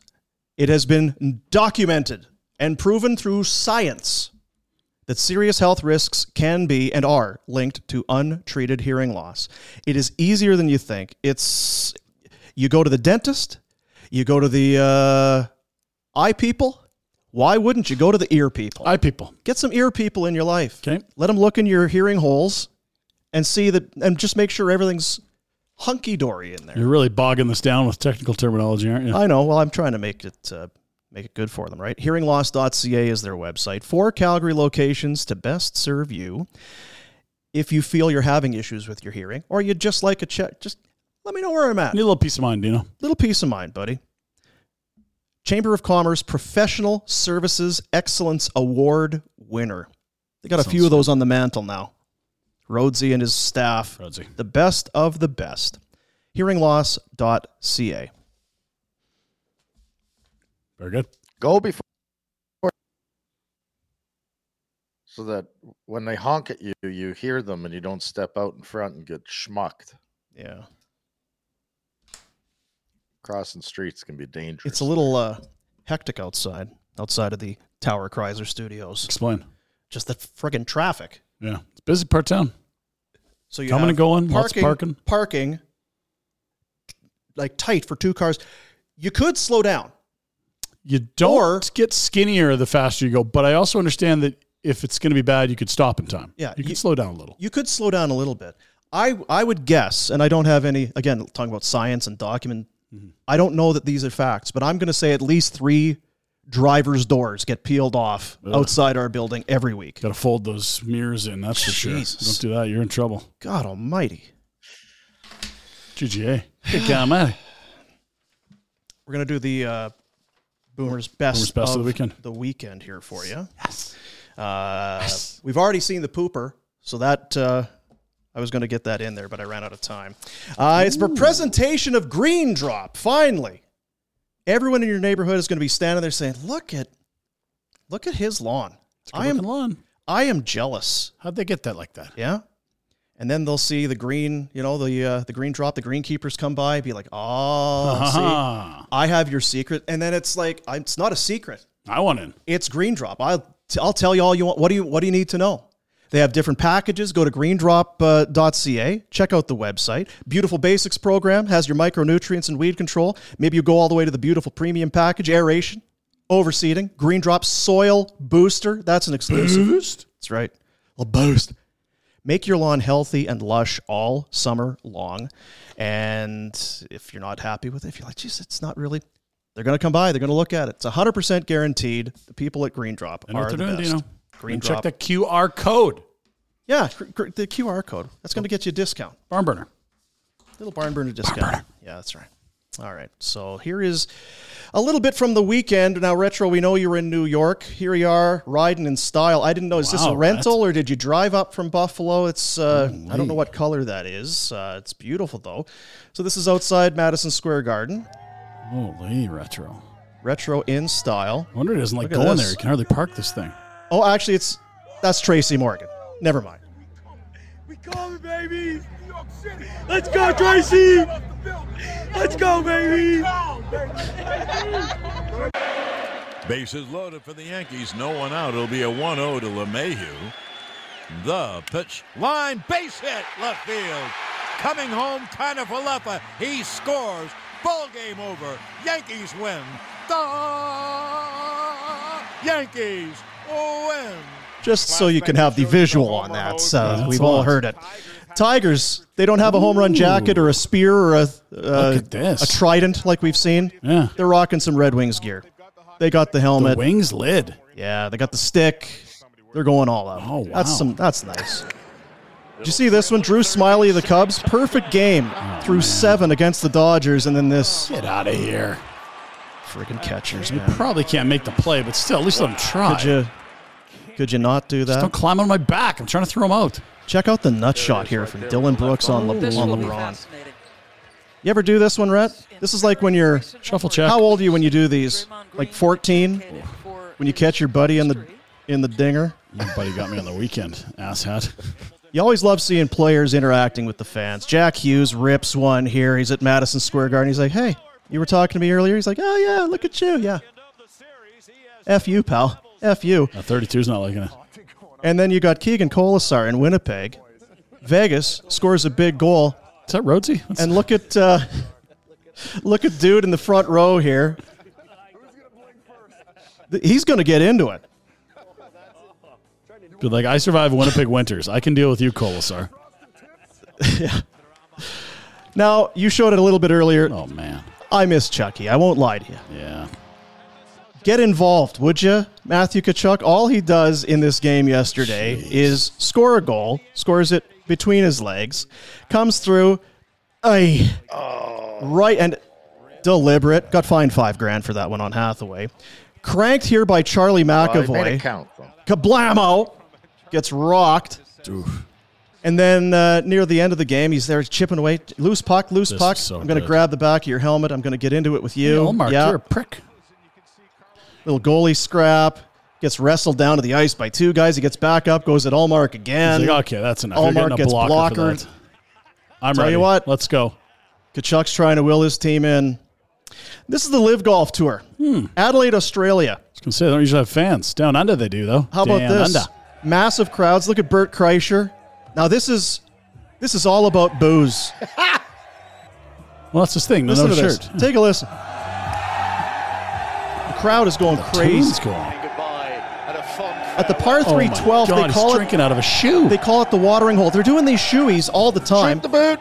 It has been documented and proven through science that serious health risks can be and are linked to untreated hearing loss. It is easier than you think. It's you go to the dentist, you go to the uh, eye people. Why wouldn't you go to the ear people? Eye people. Get some ear people in your life. Okay. Let them look in your hearing holes and see that, and just make sure everything's hunky dory in there. You're really bogging this down with technical terminology, aren't you? I know. Well, I'm trying to make it uh, make it good for them, right? Hearingloss.ca is their website. Four Calgary locations to best serve you. If you feel you're having issues with your hearing, or you'd just like a check, just let me know where I'm at. Need a little peace of mind, Dino. Little peace of mind, buddy. Chamber of Commerce Professional Services Excellence Award winner. They got a few of those on the mantle now. Rhodesy and his staff, Rhodesy. the best of the best. Hearingloss.ca. Very good. Go before. So that when they honk at you, you hear them and you don't step out in front and get schmucked. Yeah. Crossing streets can be dangerous. It's a little uh, hectic outside, outside of the Tower Chrysler Studios. Explain. Just the friggin' traffic. Yeah. It's a busy part of town. So you Coming have and going, lots of parking. parking, like tight for two cars. You could slow down. You don't Or- get skinnier the faster you go, but I also understand that if it's going to be bad, you could stop in time. Yeah, You could you- slow down a little. You could slow down a little bit. I I would guess, and I don't have any. Again, talking about science and document. I don't know that these are facts, but I'm going to say at least three drivers' doors get peeled off outside our building every week. Got to fold those mirrors in. That's for Jesus. sure. Don't do that. You're in trouble. God Almighty. GGA. Good God, man. We're gonna do the uh, Boomer's best, Boomer's Best of the Weekend. The weekend here for you. Yes. Uh, We've already seen the pooper, so that uh, I was gonna get that in there, but I ran out of time. Uh, it's for presentation of Green Drop. Finally, everyone in your neighborhood is gonna be standing there saying, "Look at, look at his lawn. I am, lawn. I am jealous." How'd they get that like that? Yeah. And then they'll see the green, you know, the uh, the green drop. The green keepers come by, be like, "Oh, see, Ah, I have your secret, and then it's like I- it's not a secret. I want in. It's Green Drop. I'll t- I'll tell you all you want. What do you What do you need to know? They have different packages. Go to uh, greendrop.ca. Check out the website. Beautiful Basics program has your micronutrients and weed control. Maybe you go all the way to the beautiful premium package, aeration, overseeding, Green Drop soil booster. That's an exclusive. Boost. That's right. A boost. Make your lawn healthy and lush all summer long. And if you're not happy with it, if you're like, geez, it's not really, they're going to come by. They're going to look at it. It's 100% guaranteed. The people at Green Drop I know are what the they're doing, best. Dino. Green And Drop. check that QR code. Yeah, gr- gr- the QR code. That's going to get you a discount. Barn burner. Little barn burner discount. Yeah, that's right. All right. So here is a little bit from the weekend. Now, Retro, we know you were in New York. Here you are riding in style. I didn't know, is this Wow, a Rhett. rental or did you drive up from Buffalo? It's, uh, I don't know what color that is. Uh, it's beautiful, though. So this is outside Madison Square Garden. Holy retro. Retro in style. I wonder it isn't like Look at going this. there. You can hardly park this thing. Oh, actually, it's, that's Tracy Morgan. Never mind. We coming, baby. Let's go, Tracy. Let's go, baby. Bases loaded for the Yankees. No one out. It'll be a 1 0 to LeMahieu. The pitch line base hit left field. Coming home, Tana Falefa. He scores. Ball game over. Yankees win. The Yankees win. Just so you can have the visual on that. So we've all heard it. Tigers, they don't have a home run jacket or a spear or a uh, a trident like we've seen. Yeah. They're rocking some Red Wings gear. They got the helmet. wings lid. Yeah, they got the stick. They're going all out. Oh, wow. That's some that's nice. Did you see this one? Drew Smiley of the Cubs. Perfect game Oh, through seven against the Dodgers, and then this. Get out of here. Freaking catchers, They man. probably can't make the play, but still, at least let them try. Could you could you not do that? Just don't climb on my back. I'm trying to throw them out. Check out the nut shot here from Dylan Brooks on, Le- This on will be LeBron. You ever do this one, Rhett? This is like when you're shuffle check. How old are you when you do these? Like 14? When you catch your buddy in the in the dinger? Your buddy got me on the weekend, asshat. You always love seeing players interacting with the fans. Jack Hughes rips one here. He's at Madison Square Garden. He's like, "Hey, you were talking to me earlier." He's like, "Oh yeah, look at you, yeah." F you, pal. F you. Now, 32 is not liking it. And then you got Keegan Colasar in Winnipeg. Vegas scores a big goal. Is that Rhodesy? And look at uh, look at dude in the front row here. Th- He's going to get into it. Dude, like, I survive Winnipeg winters. I can deal with you, Colasar. Now you showed it a little bit earlier. Oh man, I miss Chucky. I won't lie to you. Yeah. Get involved, would you, Matthew Kachuk? All he does in this game yesterday is score a goal, scores it between his legs, comes through, ay, right and deliberate. Got fined five grand for that one on Hathaway. Cranked here by Charlie Well, he made McAvoy. it count, though. Kablamo gets rocked. And then uh, near the end of the game, he's there chipping away. Loose puck, loose This puck. is so I'm going to good. grab the back of your helmet. I'm going to get into it with you. Yeah, Olmark, Yeah. you're a prick. Little goalie scrap. Gets wrestled down to the ice by two guys. He gets back up, goes at Allmark again. He's like, okay, that's enough. You're Allmark getting a gets blocker for blockered. that. I'm Tell ready. you what. Let's go. Kachuk's trying to will his team in. This is the Live Golf Tour. Hmm. Adelaide, Australia. I was gonna say they don't usually have fans down under. They do though. How Down about this? under. Massive crowds. Look at Bert Kreischer. Now this is this is all about booze. Well, that's this thing. No, Listen no to shirt. this. Take a listen. The crowd is going Tune's crazy. going. At the par Oh my 312, God, they he's call it drinking out of a shoe. they call it the watering hole. They're doing these shoeies all the time. The boot.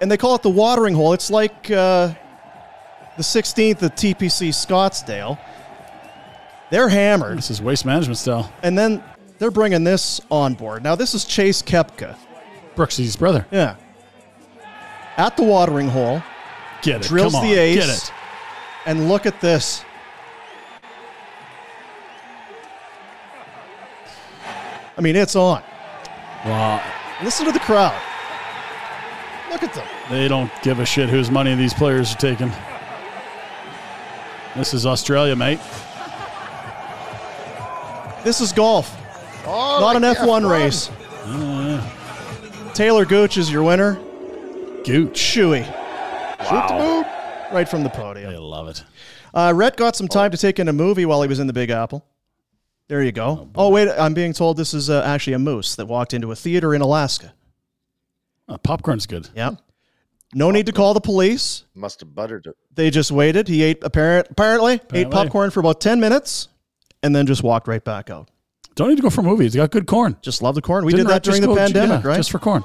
and they call it the watering hole. It's like uh, the 16th at TPC Scottsdale. They're hammered, this is waste management style. and then they're bringing this on board. Now this is Chase Kepka. Brooksy's brother. Yeah. At the watering hole, Get it. drills Come on. the ace. Get it. And look at this. I mean, it's on. Wow. Listen to the crowd. Look at them. They don't give a shit whose money these players are taking. This is Australia, mate. This is golf, Oh, not an like the F1, race. Taylor Gooch is your winner. Gooch. Chewy, Wow. right from the I podium. love it. Uh, Rhett got some time to take in a movie while he was in the Big Apple. There you go. Oh, wait, I'm being told this is uh, actually a moose that walked into a theater in Alaska. Uh, popcorn's good. Yeah. No need to call the police. Must have buttered it. They just waited. He ate apparent apparently, ate Apparently. popcorn for about ten minutes, and then just walked right back out. Don't need to go for movies. It's got good corn. Just love the corn. We Didn't did that Rhett just during the go- pandemic, yeah, right? Just for corn.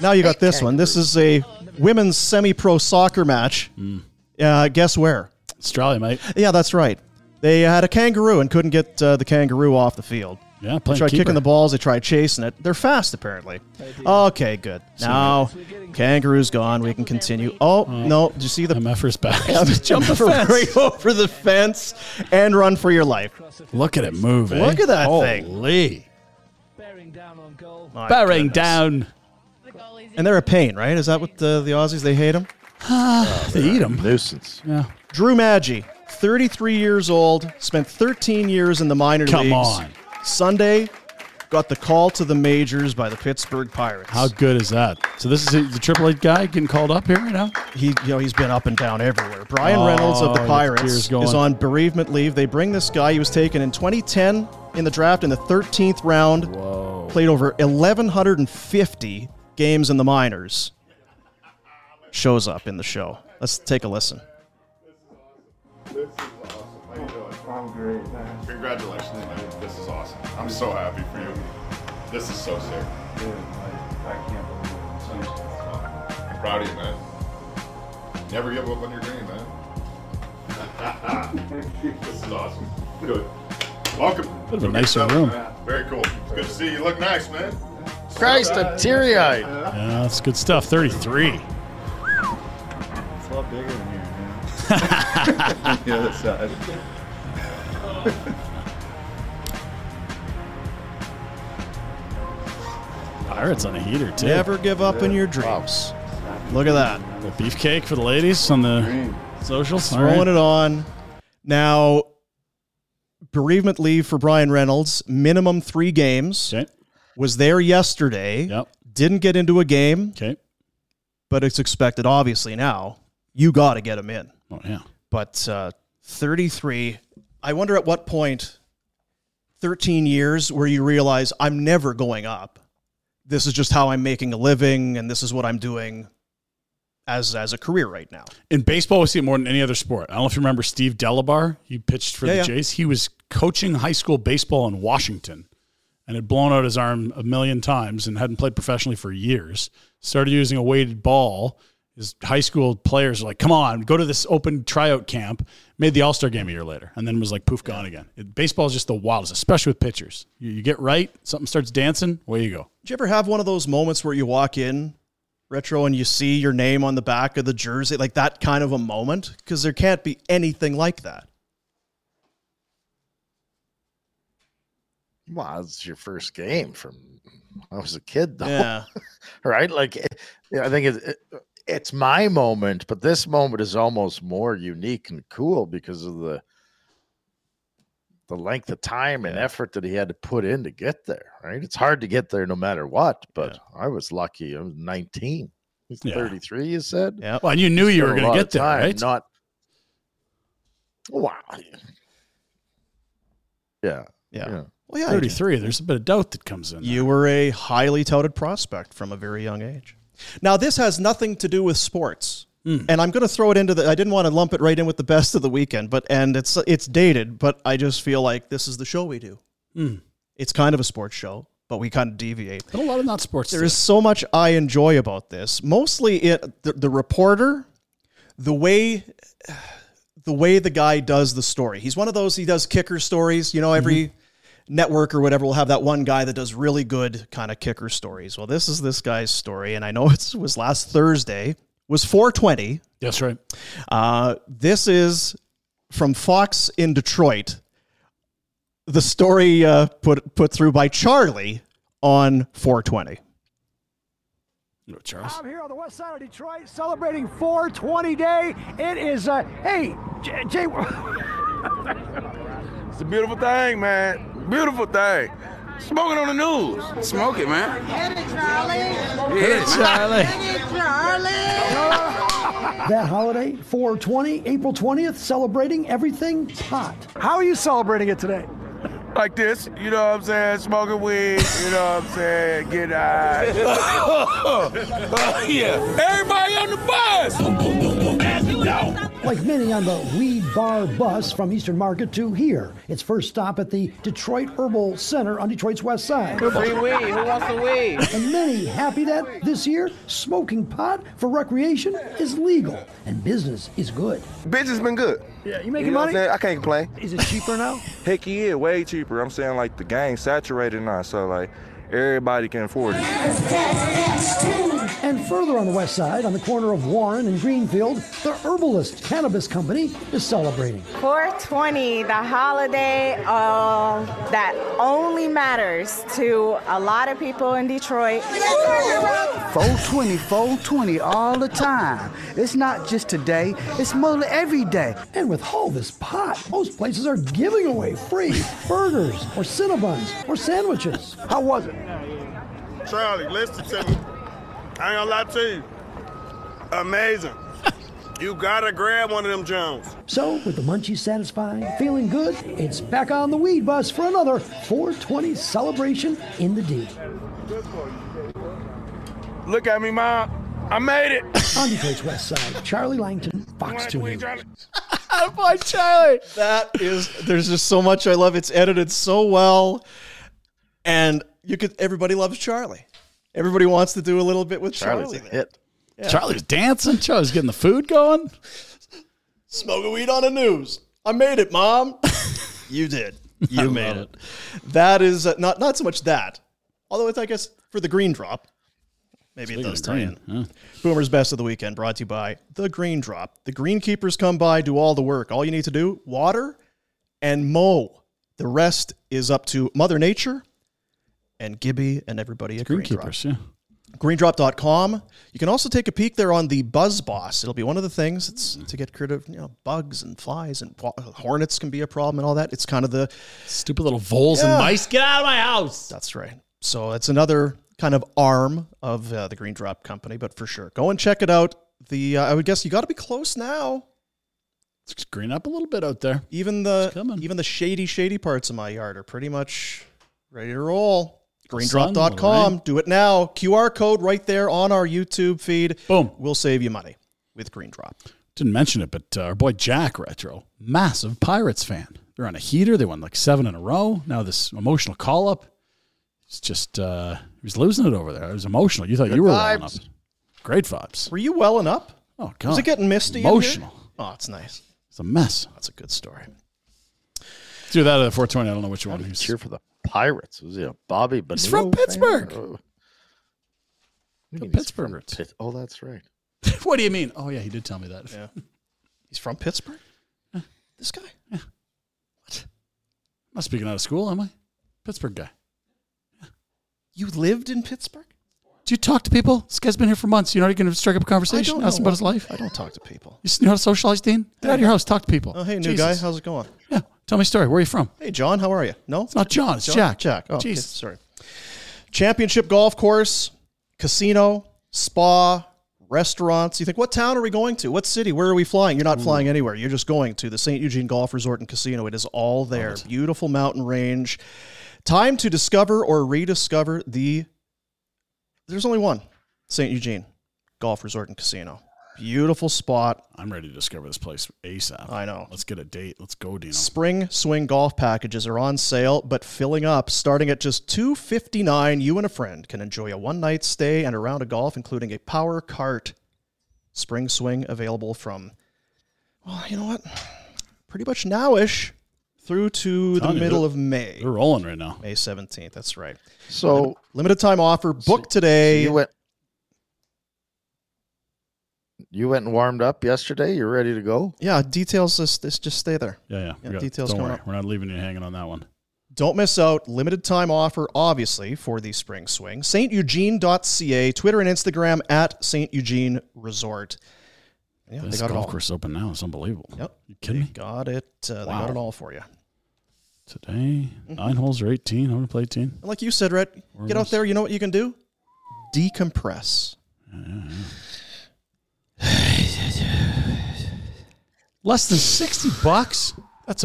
now you got this one. This is a women's semi-pro soccer match. Mm. Uh, guess where? Australia, mate. Yeah, that's right. They had a kangaroo and couldn't get uh, the kangaroo off the field. Yeah, They playing tried keeper. kicking the balls. They tried chasing it. They're fast, apparently. Okay, good. Now, kangaroo's gone. We can continue. Oh, no. Did you see the MFers back. jump right over the fence and run for your life. Look at it move. eh? Look at that Holy. thing. My Bearing goodness. down. And they're a pain, right? Is that what the, the Aussies, they hate them? They eat them. Nuisance. Yeah. Drew Maggi, 33 years old, spent 13 years in the minor Come leagues. on. Sunday, Got the call to the majors by the Pittsburgh Pirates. How good is that? So this is the Triple Eight guy getting called up here right now. He, you know, he's been up and down everywhere. Brian Reynolds of Oh, the the Pirates tears is going. on bereavement leave. They bring this guy. He was taken in 2010 in the draft in the 13th round. Played over 1,150 games in the minors. Shows up in the show. Let's take a listen. I'm great, man. Congratulations, man. This is awesome. I'm so happy for you. This is so sick. Dude, I, I can't believe it. I'm proud of you, man. Never give up on your dream, man. this is awesome. Good. Welcome. Bit of a nicer room. Very cool. It's good to see you. You look nice, man. Christ, I'm teary eyed. Yeah, that's good stuff. Thirty-three. It's a lot bigger than here, man. the other side. Pirates on a heater too. Never give up on your dreams. Look at that. The beefcake for the ladies on the socials. All throwing right. it on. Now, bereavement leave for Brian Reynolds, minimum three games. Was there yesterday. Yep. Didn't get into a game. Okay. But it's expected, obviously, now. You got to get him in. Oh yeah. But uh, 33, I wonder at what point, 13 years, where you realize I'm never going up. This is just how I'm making a living, and this is what I'm doing as, as a career right now. In baseball, we see it more than any other sport. I don't know if you remember Steve Delabar. He pitched for Yeah, the yeah. Jays. He was coaching high school baseball in Washington and had blown out his arm a million times and hadn't played professionally for years. Started using a weighted ball. His high school players were like, come on, go to this open tryout camp. Made the All Star game a year later and then was like, poof, gone again. It, baseball is just the wildest, especially with pitchers. You, you get right, something starts dancing, away you go. Did you ever have one of those moments where you walk in retro and you see your name on the back of the jersey, like that kind of a moment? Because there can't be anything like that. Well, it's your first game from when I was a kid, though. Yeah. right? Like, it- yeah, I think it's, it, it's my moment, but this moment is almost more unique and cool because of the the length of time and effort that he had to put in to get there. Right? It's hard to get there no matter what, but I was lucky. I was 19. He's Yeah. 33, you said? Yeah. Well, and you knew you were Spent a going lot to of get there, time right? Not. Wow. Yeah. Yeah. Yeah. Well, yeah. I do. 33, there's a bit of doubt that comes in. You were a highly touted prospect from a very young age. Now, this has nothing to do with sports. Hmm. And I'm going to throw it into the. I didn't want to lump it right in with the best of the weekend, but and it's it's dated, but I just feel like this is the show we do. Hmm. It's kind of a sports show, but we kind of deviate. But a lot of not sports. There today. is so much I enjoy about this. Mostly it the, the reporter, the way the way the guy does the story. He's one of those he does kicker stories, you know, every network or whatever will have that one guy that does really good kind of kicker stories. Well, this is this guy's story and I know it was last Thursday was 420. That's right. Uh, this is from Fox in Detroit. The story uh, put put through by Charlie on 420. No, Charles. I'm here on the west side of Detroit celebrating 420 day. It is, uh, hey, J- Jay. It's a beautiful thing, man. Beautiful thing. Smoking on the news. Smoke it, man. Hit it, Charlie. Hit it, Charlie. Hit it, Charlie. that holiday, 420, April 20th, celebrating everything hot. How are you celebrating it today? Like this, you know what I'm saying? Smoking weed, you know what I'm saying? Get uh, high. yeah. Everybody on the bus. Like many on the Weed Bar bus from Eastern Market to here, its first stop at the Detroit Herbal Center on Detroit's west side. Free weed. Who wants the weed? And many happy that this year, smoking pot for recreation is legal and business is good. Business been good. Yeah, you making You know what I'm money? saying? I can't complain. Is it cheaper now? Heck yeah, way cheaper. I'm saying like the game saturated now, so like everybody can afford it. And further on the west side, on the corner of Warren and Greenfield, the Herbalist Cannabis Company is celebrating. 420, the holiday uh, that only matters to a lot of people in Detroit. 420, 420 all the time. It's not just today, it's mostly every day. And with all this pot, most places are giving away free burgers or Cinnabons or sandwiches. How was it? Charlie, listen to me. I ain't gonna lie to you. Amazing. you gotta grab one of them Jones. So, with the munchies satisfied, feeling good, it's back on the weed bus for another 420 celebration in the D. Look at me, Mom. I made it. On Detroit's west side, Charlie Langton, Fox 2 News. Boy, Charlie. That is. There's just so much I love. It's edited so well, and you could. Everybody loves Charlie. Everybody wants to do a little bit with Charlie's a Charlie. hit. Yeah. Charlie's dancing. Charlie's getting the food going. Smoking weed on the news. I made it, Mom. you did. You made it. That is uh, not not so much that. Although it's I guess for the green drop. Maybe it Speaking does of tie in. green, huh? Boomer's Best of the Weekend brought to you by The Green Drop. The greenkeepers come by, do all the work. All you need to do, water and mow. The rest is up to Mother Nature and Gibby and everybody at Green Drop. Greenkeepers, yeah. Greendrop.com. You can also take a peek there on the Buzz Boss. It'll be one of the things it's to get rid of you know, bugs and flies and wa- hornets can be a problem and all that. It's kind of the stupid little voles and mice. Get out of my house. That's right. So it's another kind of arm of uh, the Green Drop company, but for sure, go and check it out. The uh, I would guess you got to be close now. It's green up a little bit out there. Even the even the shady shady parts of my yard are pretty much ready to roll. Sun, Greendrop.com. right? Do it now. QR code right there on our YouTube feed. Boom. We'll save you money with Green Drop. Didn't mention it, but uh, our boy Jack Retro, massive Pirates fan. They're on a heater. They won like seven in a row. Now this emotional call up. It's just uh, he was losing it over there. It was emotional. You thought you were rolling up. vibes. Great vibes. Were you welling up? Oh God. Is it getting misty? in here? Emotional. Oh, it's nice. It's a mess. That's a good story. Do that at the 420. I don't know which one. He's cheer for the Pirates. Was he a Bobby Bonilla? He's from fan? Pittsburgh. Oh. From Pittsburgh. Oh, that's right. what do you mean? Oh yeah, he did tell me that. Yeah. He's from Pittsburgh. This guy. I'm not speaking out of school, am I? Pittsburgh guy. You lived in Pittsburgh? Do you talk to people? This guy's been here for months. You're not going to strike up a I conversation, don't ask know him about his what- life. I don't talk to people. You s- know how to socialize, Dean? Get out of your house, talk to people. Oh, hey, new Jesus. guy. How's it going? Yeah, tell me a story. Where are you from? Hey, John, how are you? No, it's not John. It's Jack. Jack. Oh, okay, Jesus. sorry. Championship golf course, casino, spa, restaurants. You think, what town are we going to? What city? Where are we flying? You're not flying anywhere. You're just going to the St. Eugene Golf Resort and Casino. It is all there. Beautiful mountain range. Time to discover or rediscover the. There's only one St. Eugene Golf Resort and Casino. Beautiful spot. I'm ready to discover this place ASAP. I know. Let's get a date. Let's go, Dino. Spring swing golf packages are on sale, but filling up starting at just $259. You and a friend can enjoy a one night stay and a round of golf, including a power cart. Spring swing available from, well, you know what? Pretty much nowish through to the Telling you, middle they're- of May. They're rolling right now. May 17th. That's right. So Limited time offer. Book today. you went. You went and warmed up yesterday. You're ready to go. yeah, details this, this just stay there. Yeah, yeah. Yeah, We got- details don't coming worry. up. We're not leaving you hanging on that one. Don't miss out. Limited time offer, obviously, for the spring swing. StEugene.ca, Twitter and Instagram at St. Eugene Resort. Yeah, this they got it golf all. course open now. It's unbelievable. Yep. You kidding me? Got it. Uh, They Wow. got it all for you. Today, Mm-hmm. nine holes or 18. I'm going to play 18. And like you said, Rhett, We're get out almost- there. You know what you can do? Decompress. Less than 60 bucks? That's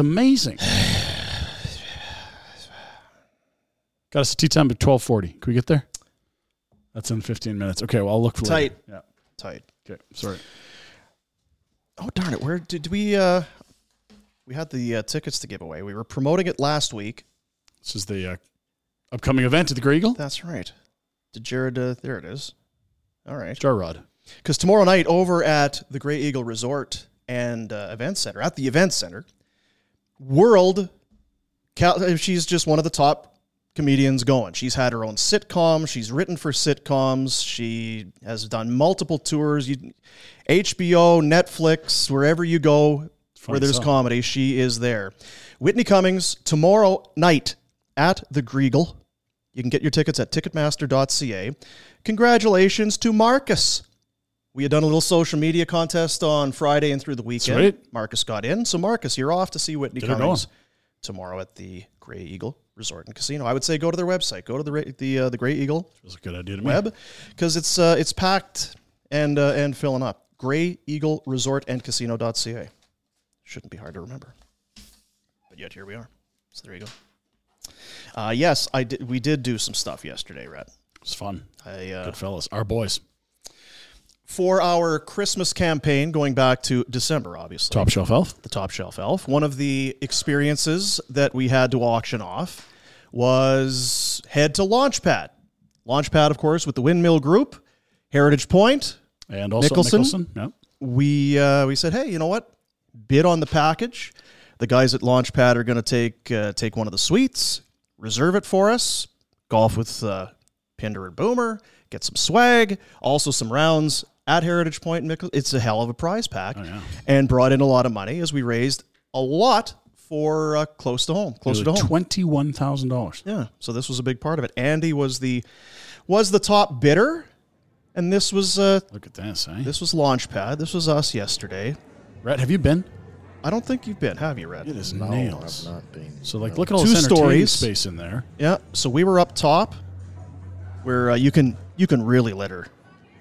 amazing. Got us a tea time at 1240. Can we get there? That's in 15 minutes. Okay, well, I'll look for Tight. later. Yeah. Tight. Okay, sorry. Oh, darn it. Where did we? Uh, we had the uh, tickets to give away. We were promoting it last week. This is the uh, upcoming event at the Grey Eagle. That's right. Did Jared? Uh, there it is. All right. Jarrod. Because tomorrow night over at the Grey Eagle Resort and uh, Event Center, at the Event Center, World, Cal- uh, she's just one of the top comedians going. She's had her own sitcom. She's written for sitcoms. She has done multiple tours. You, HBO, Netflix, wherever you go, where funny there's song. comedy, she is there. Whitney Cummings tomorrow night at the Griegel. You can get your tickets at ticketmaster.ca. Congratulations to Marcus. We had done a little social media contest on Friday and through the weekend. Sweet. Marcus got in. So, Marcus, you're off to see Whitney Get her Cummings tomorrow at the Grey Eagle Resort and Casino. I would say go to their website. Go to the ra- the uh, the Grey Eagle. That's a good idea to me. web because it's uh, it's packed and uh, and filling up. Grey Eagle Resort and Casino.ca. Shouldn't be hard to remember. But yet here we are. So there you go. Uh, yes, I did. We did do some stuff yesterday, Rhett. It's fun. I, uh, Good fellas. Our boys. for our Christmas campaign going back to December, obviously. Top shelf elf. The Top Shelf Elf. One of the experiences that we had to auction off was head to Launchpad. Launchpad, of course, with the Windmill Group, Heritage Point, and also Nicholson, yeah. We uh, we said, hey, you know what? Bid on the package. The guys at Launchpad are going to take uh, take one of the suites, reserve it for us. Golf with uh, Pinder and Boomer. Get some swag. Also some rounds at Heritage Point. in Nicholson. It's a hell of a prize pack, and brought in a lot of money as we raised a lot for uh, close to home. Close to Nearly home. Twenty-one thousand dollars. Yeah. So this was a big part of it. Andy was the was the top bidder, and this was uh, look at this. Eh? This was Launchpad. This was us yesterday. Rhett, have you been? I don't think you've been. Have you, Mm-hmm. Rhett? It is nails. So like, look at all this entertaining space in there. Yeah. So we were up top, where uh, you can you can really let her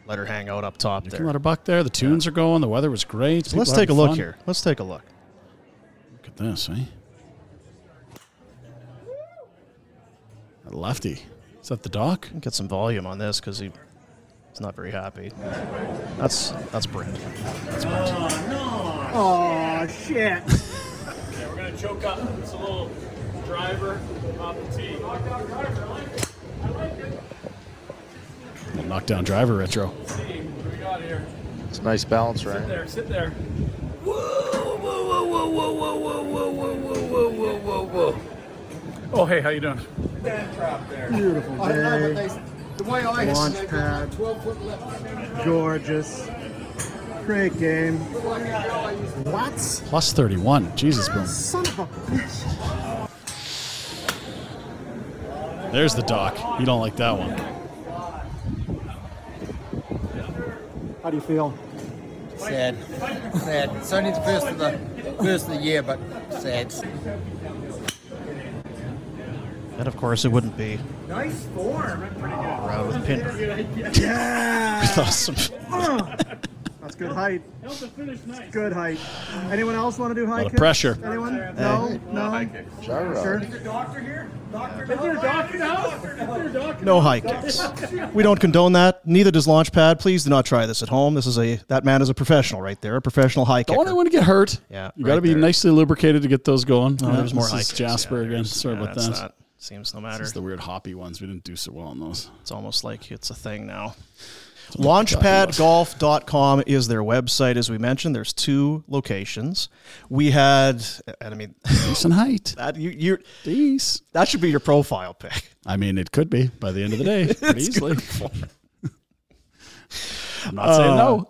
let her hang out up top You there. can let her buck there. The tunes are going. The weather was great. So let's People take a having look fun. here. Let's take a look. Look at this, eh? That lefty. Is that the dock? Get some volume on this because he he's not very happy. That's that's Brent. That's Brent. Oh shit. Okay, we're gonna choke up. It's a little driver off the tee. Little knockdown driver retro. It's a nice balance, right? There, sit there. Oh hey, how you doing? Beautiful I love it. day. The way I Launch see it, pad. 12 foot left. Gorgeous. Great game. What? Plus thirty-one. Jesus, boom. Son of a bitch. There's the dock. You don't like that one. How do you feel? Sad. Sad. It's only the first of the first of the year, but sad. And of course, it wouldn't be Nice form. around with Pinder. Yeah. With us. Oh, that's good height. Good height. Anyone else want to do height? lot of kicks? pressure. Anyone? Hey. No. No. Gyro. Sure. Is doctor here? Doctor. Is there a doctor now? Is there a doctor? No high kicks. We don't condone that. Neither does Launchpad. Please do not try this at home. This is a that man is a professional right there, a professional high kicker. Don't want anyone to get hurt. Yeah, you got to right be nicely lubricated to get those going. Oh, Yeah, there's more this high is kicks. Jasper again. Sorry yeah, about that's that. not- seems no matter. This is the weird hoppy ones. We didn't do so well on those. It's almost like it's a thing now. what we're talking about. Launchpadgolf.com is their website, as we mentioned. There's two locations. We had, and I mean, decent height. That you, you, These. that should be your profile pic. I mean, it could be by the end of the day, pretty It's easily. I'm not Uh, saying no.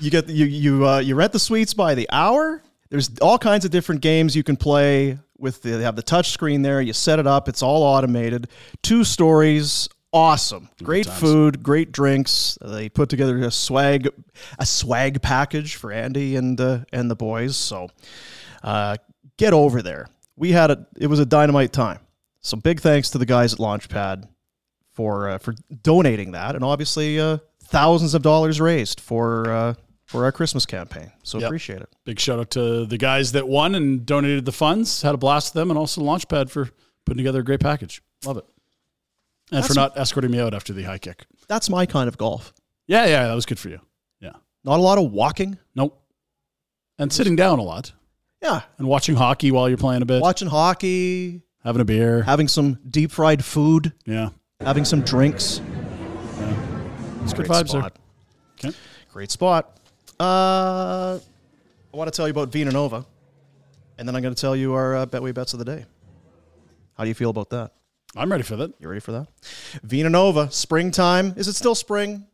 You get you you uh, you rent the suites by the hour. There's all kinds of different games you can play with. The, they have the touch screen there. You set it up. It's all automated. Two stories. Awesome. Great food. Great drinks. They put together a swag a swag package for Andy and uh, and the boys. So uh, get over there. We had a it was a dynamite time. So big thanks to the guys at Launchpad for uh, for donating that, and obviously uh, thousands of dollars raised for uh, for our Christmas campaign. So Yep. appreciate it. Big shout out to the guys that won and donated the funds. Had a blast with them, and also Launchpad for putting together a great package. Love it, and That's- for not escorting me out after the high kick. That's my kind of golf. Yeah, yeah, that was good for you. Yeah, not a lot of walking. Nope, and sitting down a lot. Yeah, and watching hockey while you're playing a bit. Watching hockey, having a beer, having some deep fried food. Yeah, having some drinks. It's good Great vibes there. spot. Great spot. Uh, I want to tell you about Vina Nova, and then I'm going to tell you our uh, Betway bets of the day. How do you feel about that? I'm ready for that. You ready for that? Vina Nova, springtime. Is it still spring?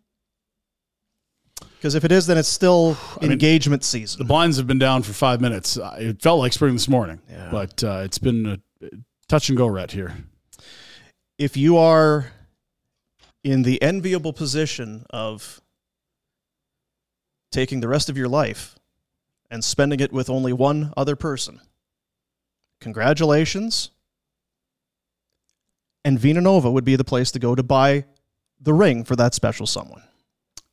Because if it is, then it's still engagement season. The blinds have been down for five minutes. Uh, It felt like spring this morning, but uh, it's been a touch and go rat here. if you are in the enviable position of taking the rest of your life and spending it with only one other person, congratulations. And Vina Nova would be the place to go to buy the ring for that special someone.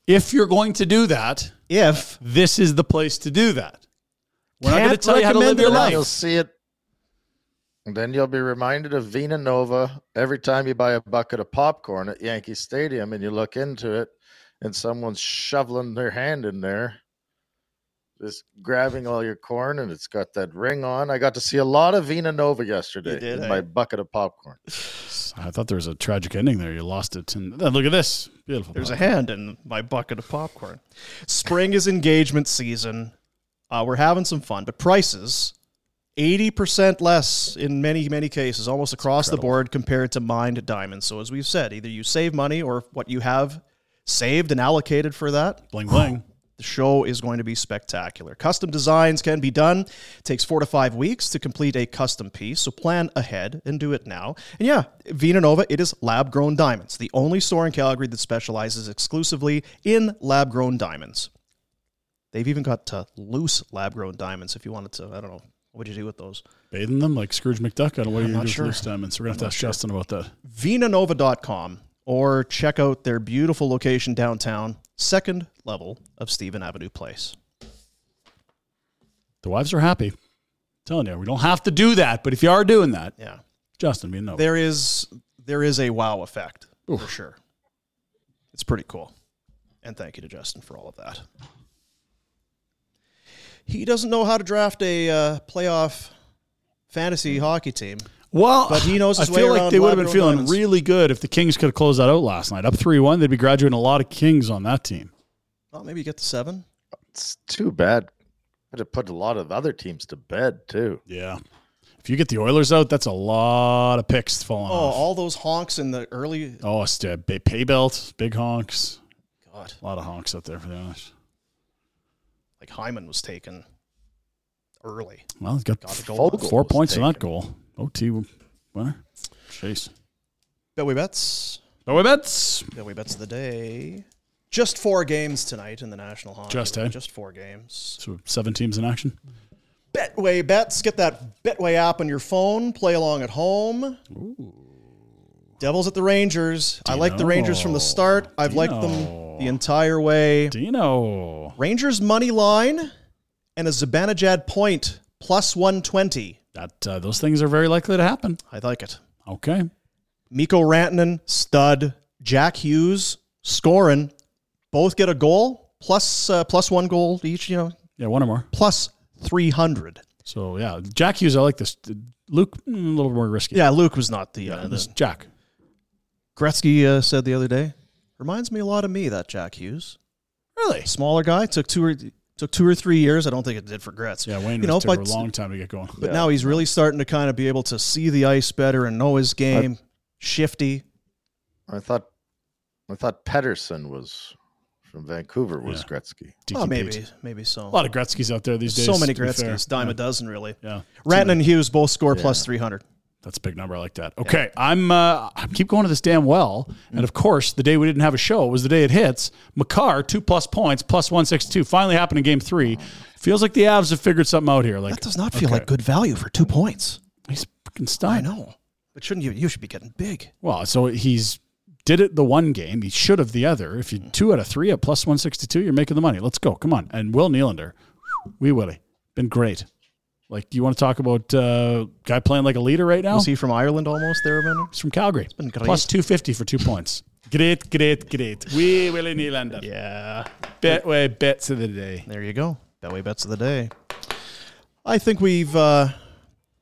If you're going to do that, if this is the place to do that, we're not going to Can't tell you how to live recommend your it. life. You'll see it. And then you'll be reminded of Vina Nova every time you buy a bucket of popcorn at Yankee Stadium and you look into it and someone's shoveling their hand in there, just grabbing all your corn and it's got that ring on. I got to see a lot of Vina Nova yesterday did, in eh? my bucket of popcorn. I thought there was a tragic ending there. You lost it. And look at this. Beautiful. There's a hand in my bucket of popcorn. Spring is engagement season. Uh, we're having some fun, but prices 80% less in many, many cases, almost across the board compared to mined diamonds. So, as we've said, either you save money or what you have saved and allocated for that. Bling, bling. The show is going to be spectacular. Custom designs can be done. It takes four to five weeks to complete a custom piece, so plan ahead and do it now. And yeah, Vina Nova, it is lab grown diamonds, the only store in Calgary that specializes exclusively in lab grown diamonds. They've even got uh, loose lab grown diamonds if you wanted to. I don't know. What would you do with those? Bathing them like Scrooge McDuck. I don't know what I'm you do not with sure. loose diamonds. We're going to have to ask Justin about that. VinaNova.com or check out their beautiful location downtown, second level of Stephen Avenue Place. The wives are happy. telling you, we don't have to do that. But if you are doing that, yeah, Justin, we know. There is there is a wow effect for sure. It's pretty cool. And thank you to Justin for all of that. He doesn't know how to draft a uh, playoff fantasy hockey team. Well, but he knows I his way feel like around they would have been lab-grown feeling diamonds. really good if the Kings could have closed that out last night. Up 3 1, they'd be graduating a lot of Kings on that team. Well, maybe you get the seven. It's too bad. But it put a lot of other teams to bed too. Yeah. If you get the Oilers out, that's a lot of picks falling Oh, off. all those honks in the early. Oh, it's the ba- pay belt, big honks. God. A lot of honks up there for the Oilers. Like Hyman was taken early. Well, he's got, Got a goal. four, Fogel was points on that goal. OT winner. Chase. Billy Betts. Billy Betts. Billy Betts of the day. Just four games tonight in the National Hockey Just, League. eh? Just four games. So seven teams in action. Betway bets. Get that Betway app on your phone. Play along at home. Devils at the Rangers. I like the Rangers from the start. I've liked them the entire way. Dino. Rangers money line and a Zabanajad point plus 120. That uh, those things are very likely to happen. I like it. Okay. Miko Rantanen, stud. Jack Hughes scoring. Both get a goal plus uh, plus one goal each. You know, Yeah, one or more. plus 300. So yeah, Jack Hughes. I like this. Luke mm, a little more risky. Yeah, Luke was not the. Uh, this the- Jack. Gretzky uh, said the other day, reminds me a lot of me that Jack Hughes. Really smaller guy took two or took two or three years. I don't think it did for Gretz. Yeah, Wayne You know, was took but- Oh, a long time to get going. But now he's really starting to kind of be able to see the ice better and know his game. Shifty. I thought I thought Pedersen was from Vancouver was Gretzky. Oh, maybe maybe so. A lot of Gretzky's out there these days. So many to be fair. Gretzky's, dime Yeah. a dozen really. Yeah. Ratton and Hughes both score plus Yeah. three hundred. That's a big number. I like that. Okay, I'm. Uh, I keep going to this damn well, and of course, the day we didn't have a show was the day it hits. Makar two plus points, plus one six two. Finally happened in game three. Feels like the Avs have figured something out here. Like that Does not feel like good value for two points. He's freaking stunned. I know, but shouldn't you? You should be getting big. Well, so he's did it the one game. He should have the other. If you two out of three at plus one sixty two, you're making the money. Let's go. Come on. And Will Nylander, we Willie, been great. Like you want to talk about uh, guy playing like a leader right now? Was he from Ireland almost there, man? He's from Calgary. It's been great. Plus two fifty for two points. Great, great, great. We Willie Nylander. Yeah. Betway bets of the day. There you go. Betway bets of the day. I think we've uh,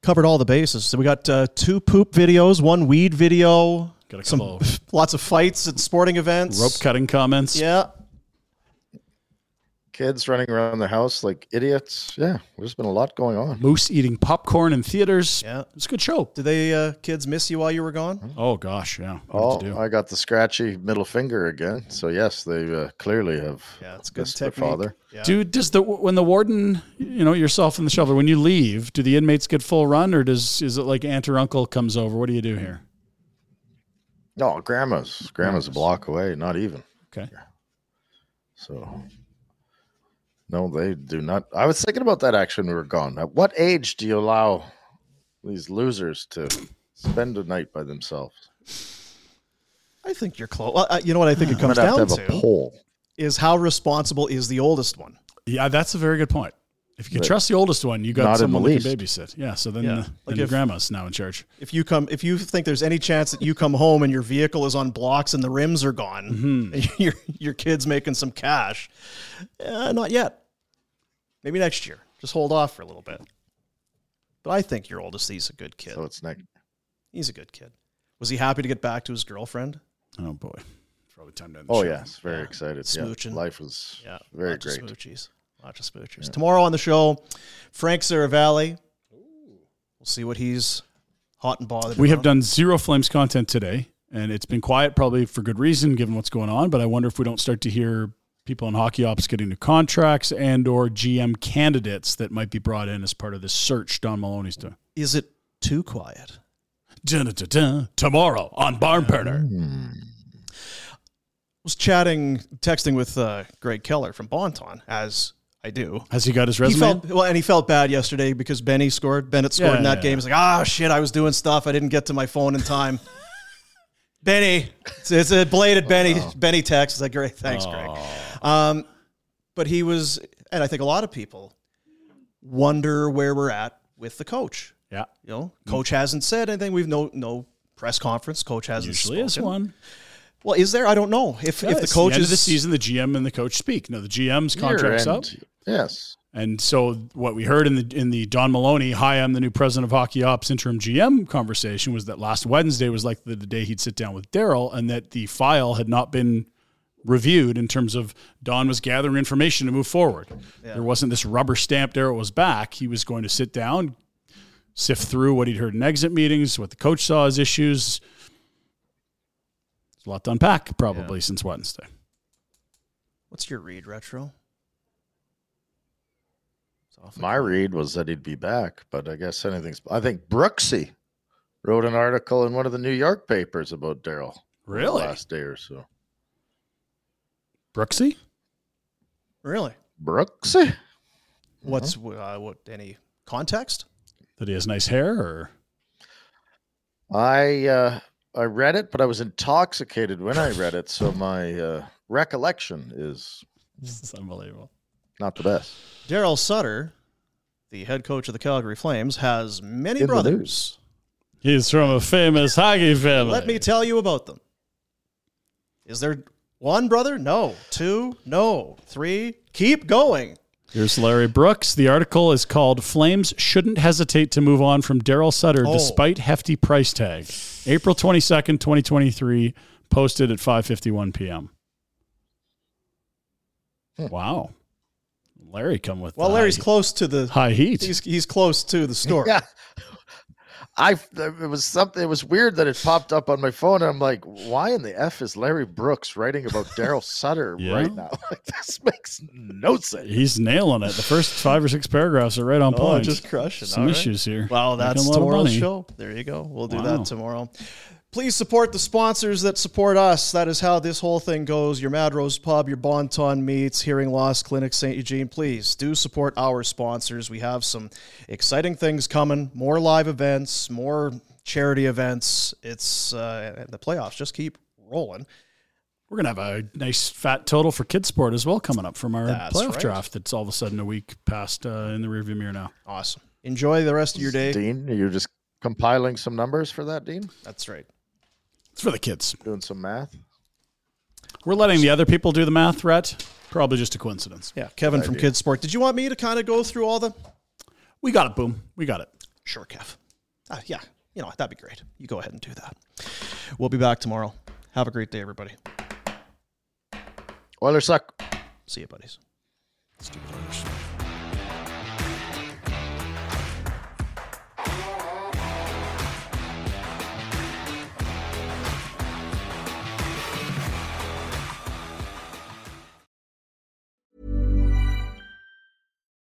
covered all the bases. So we got uh, two poop videos, one weed video, Got a some couple lots of fights at sporting events, Rope cutting comments. Yeah, Kids running around the house like idiots. Yeah, there's been a lot going on. Moose eating popcorn in theaters. yeah. It's a good show. Did they uh, kids miss you while you were Mm-hmm. gone? Oh gosh, yeah. Oh, What to do? I got the scratchy middle finger again. So yes, they uh, clearly have. Yeah, it's good their father. Dude, does the when the warden, you know, yourself and the shoveler, when you leave, do the inmates get full run, or does is it like aunt or uncle comes over? What do you do here? No, grandma's grandma's a block away, not even. Okay. So no, they do not. I was thinking about that actually when we were gone. At what age do you allow these losers to spend a night by themselves? I think you're close. Well, uh, you know what I think it I'm comes gonna have down to to, have a poll. is how responsible is the oldest one? Yeah, that's a very good point. If you can Right. trust the oldest one, you Not in got the someone who least. can babysit. Yeah, so then, Yeah. the, Like then your if- grandma's now in charge. If you come, if you think there's any chance that you come home and your vehicle is on blocks and the rims are gone, Mm-hmm. and your your kid's making some cash, uh, not yet. Maybe next year. Just hold off for a little bit. But I think your oldest, he's a good kid. So it's next. He's a good kid. Was he happy to get back to his girlfriend? Oh boy, probably time to. End the Oh show. yes, very excited. Yeah, Smooching. life was Yeah, very lots of great. smoochies. Lots of smoochies. Tomorrow on the show, Frank Saravalli. We'll see what he's hot and bothered. We have about. done zero Flames content today, and it's been quiet probably for good reason given what's going on. But I wonder if we don't start to hear people in hockey ops getting new contracts and or GM candidates that might be brought in as part of this search Don Maloney's doing. Is it too quiet? Dun-dun-dun-dun. Tomorrow on Barn Burner. Mm. I was chatting, texting with uh, Greg Keller from Bonton, as I do. Has he got his He resume? felt, well, and he felt bad yesterday because Benny scored. Bennett scored Yeah, in that yeah, game. He's like, ah, shit, I was doing stuff. I didn't get to my phone in time. Benny, it's, it's a bladed Benny. Oh. Benny text. It's like, great, thanks, Greg. Um, but he was, and I think a lot of people wonder where we're at with the coach. Yeah. You know, Mm. coach hasn't said anything. We've no no press conference. Coach hasn't Usually is spoken. one. Well, is there? I don't know. If Yeah, if the it's coach end is of the season, the GM and the coach speak. No, the GM's Year contract's end. up. Yes. And so what we heard in the in the Don Maloney, hi, I'm the new president of hockey ops interim GM conversation was that last Wednesday was like the, the day he'd sit down with Daryl and that the file had not been reviewed in terms of Don was gathering information to move forward. There wasn't this rubber stamp Daryl was back. He was going to sit down, sift through what he'd heard in exit meetings, what the coach saw as issues. There's a lot to unpack probably since Wednesday. What's your read, retro? My read was that he'd be back, but I guess anything's. I think Brooksy wrote an article in one of the New York papers about Daryl. over the Really? Last day or so. Brooksy? Really? Mm-hmm. Brooksy? What's uh, what? Any context? That he has nice hair or I uh, I read it, but I was intoxicated when I read it, so my uh, recollection is this is unbelievable. not the best. Daryl Sutter, the head coach of the Calgary Flames, has many In the brothers. He's from a famous hockey family. Let me tell you about them. Is there one brother? No. Two? No. Three? Keep going. Here's Larry Brooks. The article is called Flames Shouldn't Hesitate to Move On from Daryl Sutter Oh. Despite Hefty Price Tag. April 22nd, 2023, posted at 5.51 p.m. Wow. Larry come with Hmm. Well, the Larry's high- close to the high heat. He's he's close to the story. Yeah. I it was something. It was weird that it popped up on my phone. And I'm like, why in the f is Larry Brooks writing about Daryl Sutter Yeah. right now? Like this makes no sense. He's nailing it. The first five or six paragraphs are right on Oh, point. just crushing. Some All right. issues here. Wow, Making that's a lot of tomorrow's money. show. There you go. We'll do Wow. that tomorrow. Please support the sponsors that support us. That is how this whole thing goes. Your Mad Rose Pub, your Bon Ton Meats, Hearing Loss Clinic, St. Eugene. Please do support our sponsors. We have some exciting things coming more live events, more charity events. It's uh, and the playoffs just keep rolling. We're going to have a nice fat total for Kid Sport as well coming up from our That's playoff right. draft that's all of a sudden a week past uh, in the rearview mirror now. Awesome. Enjoy the rest of your day. Dean, you're just compiling some numbers for that, Dean. That's right. It's for the kids. Doing some math. We're letting the other people do the math, Rhett. Probably just a coincidence. Yeah, Kevin Good from idea. Kids Sport. Did you want me to kind of go through all the? We got it, boom. We got it. Sure, Kev. Ah, yeah, you know, that'd be great. You go ahead and do that. We'll be back tomorrow. Have a great day, everybody. Oilers suck. See you, buddies. Stupid Mom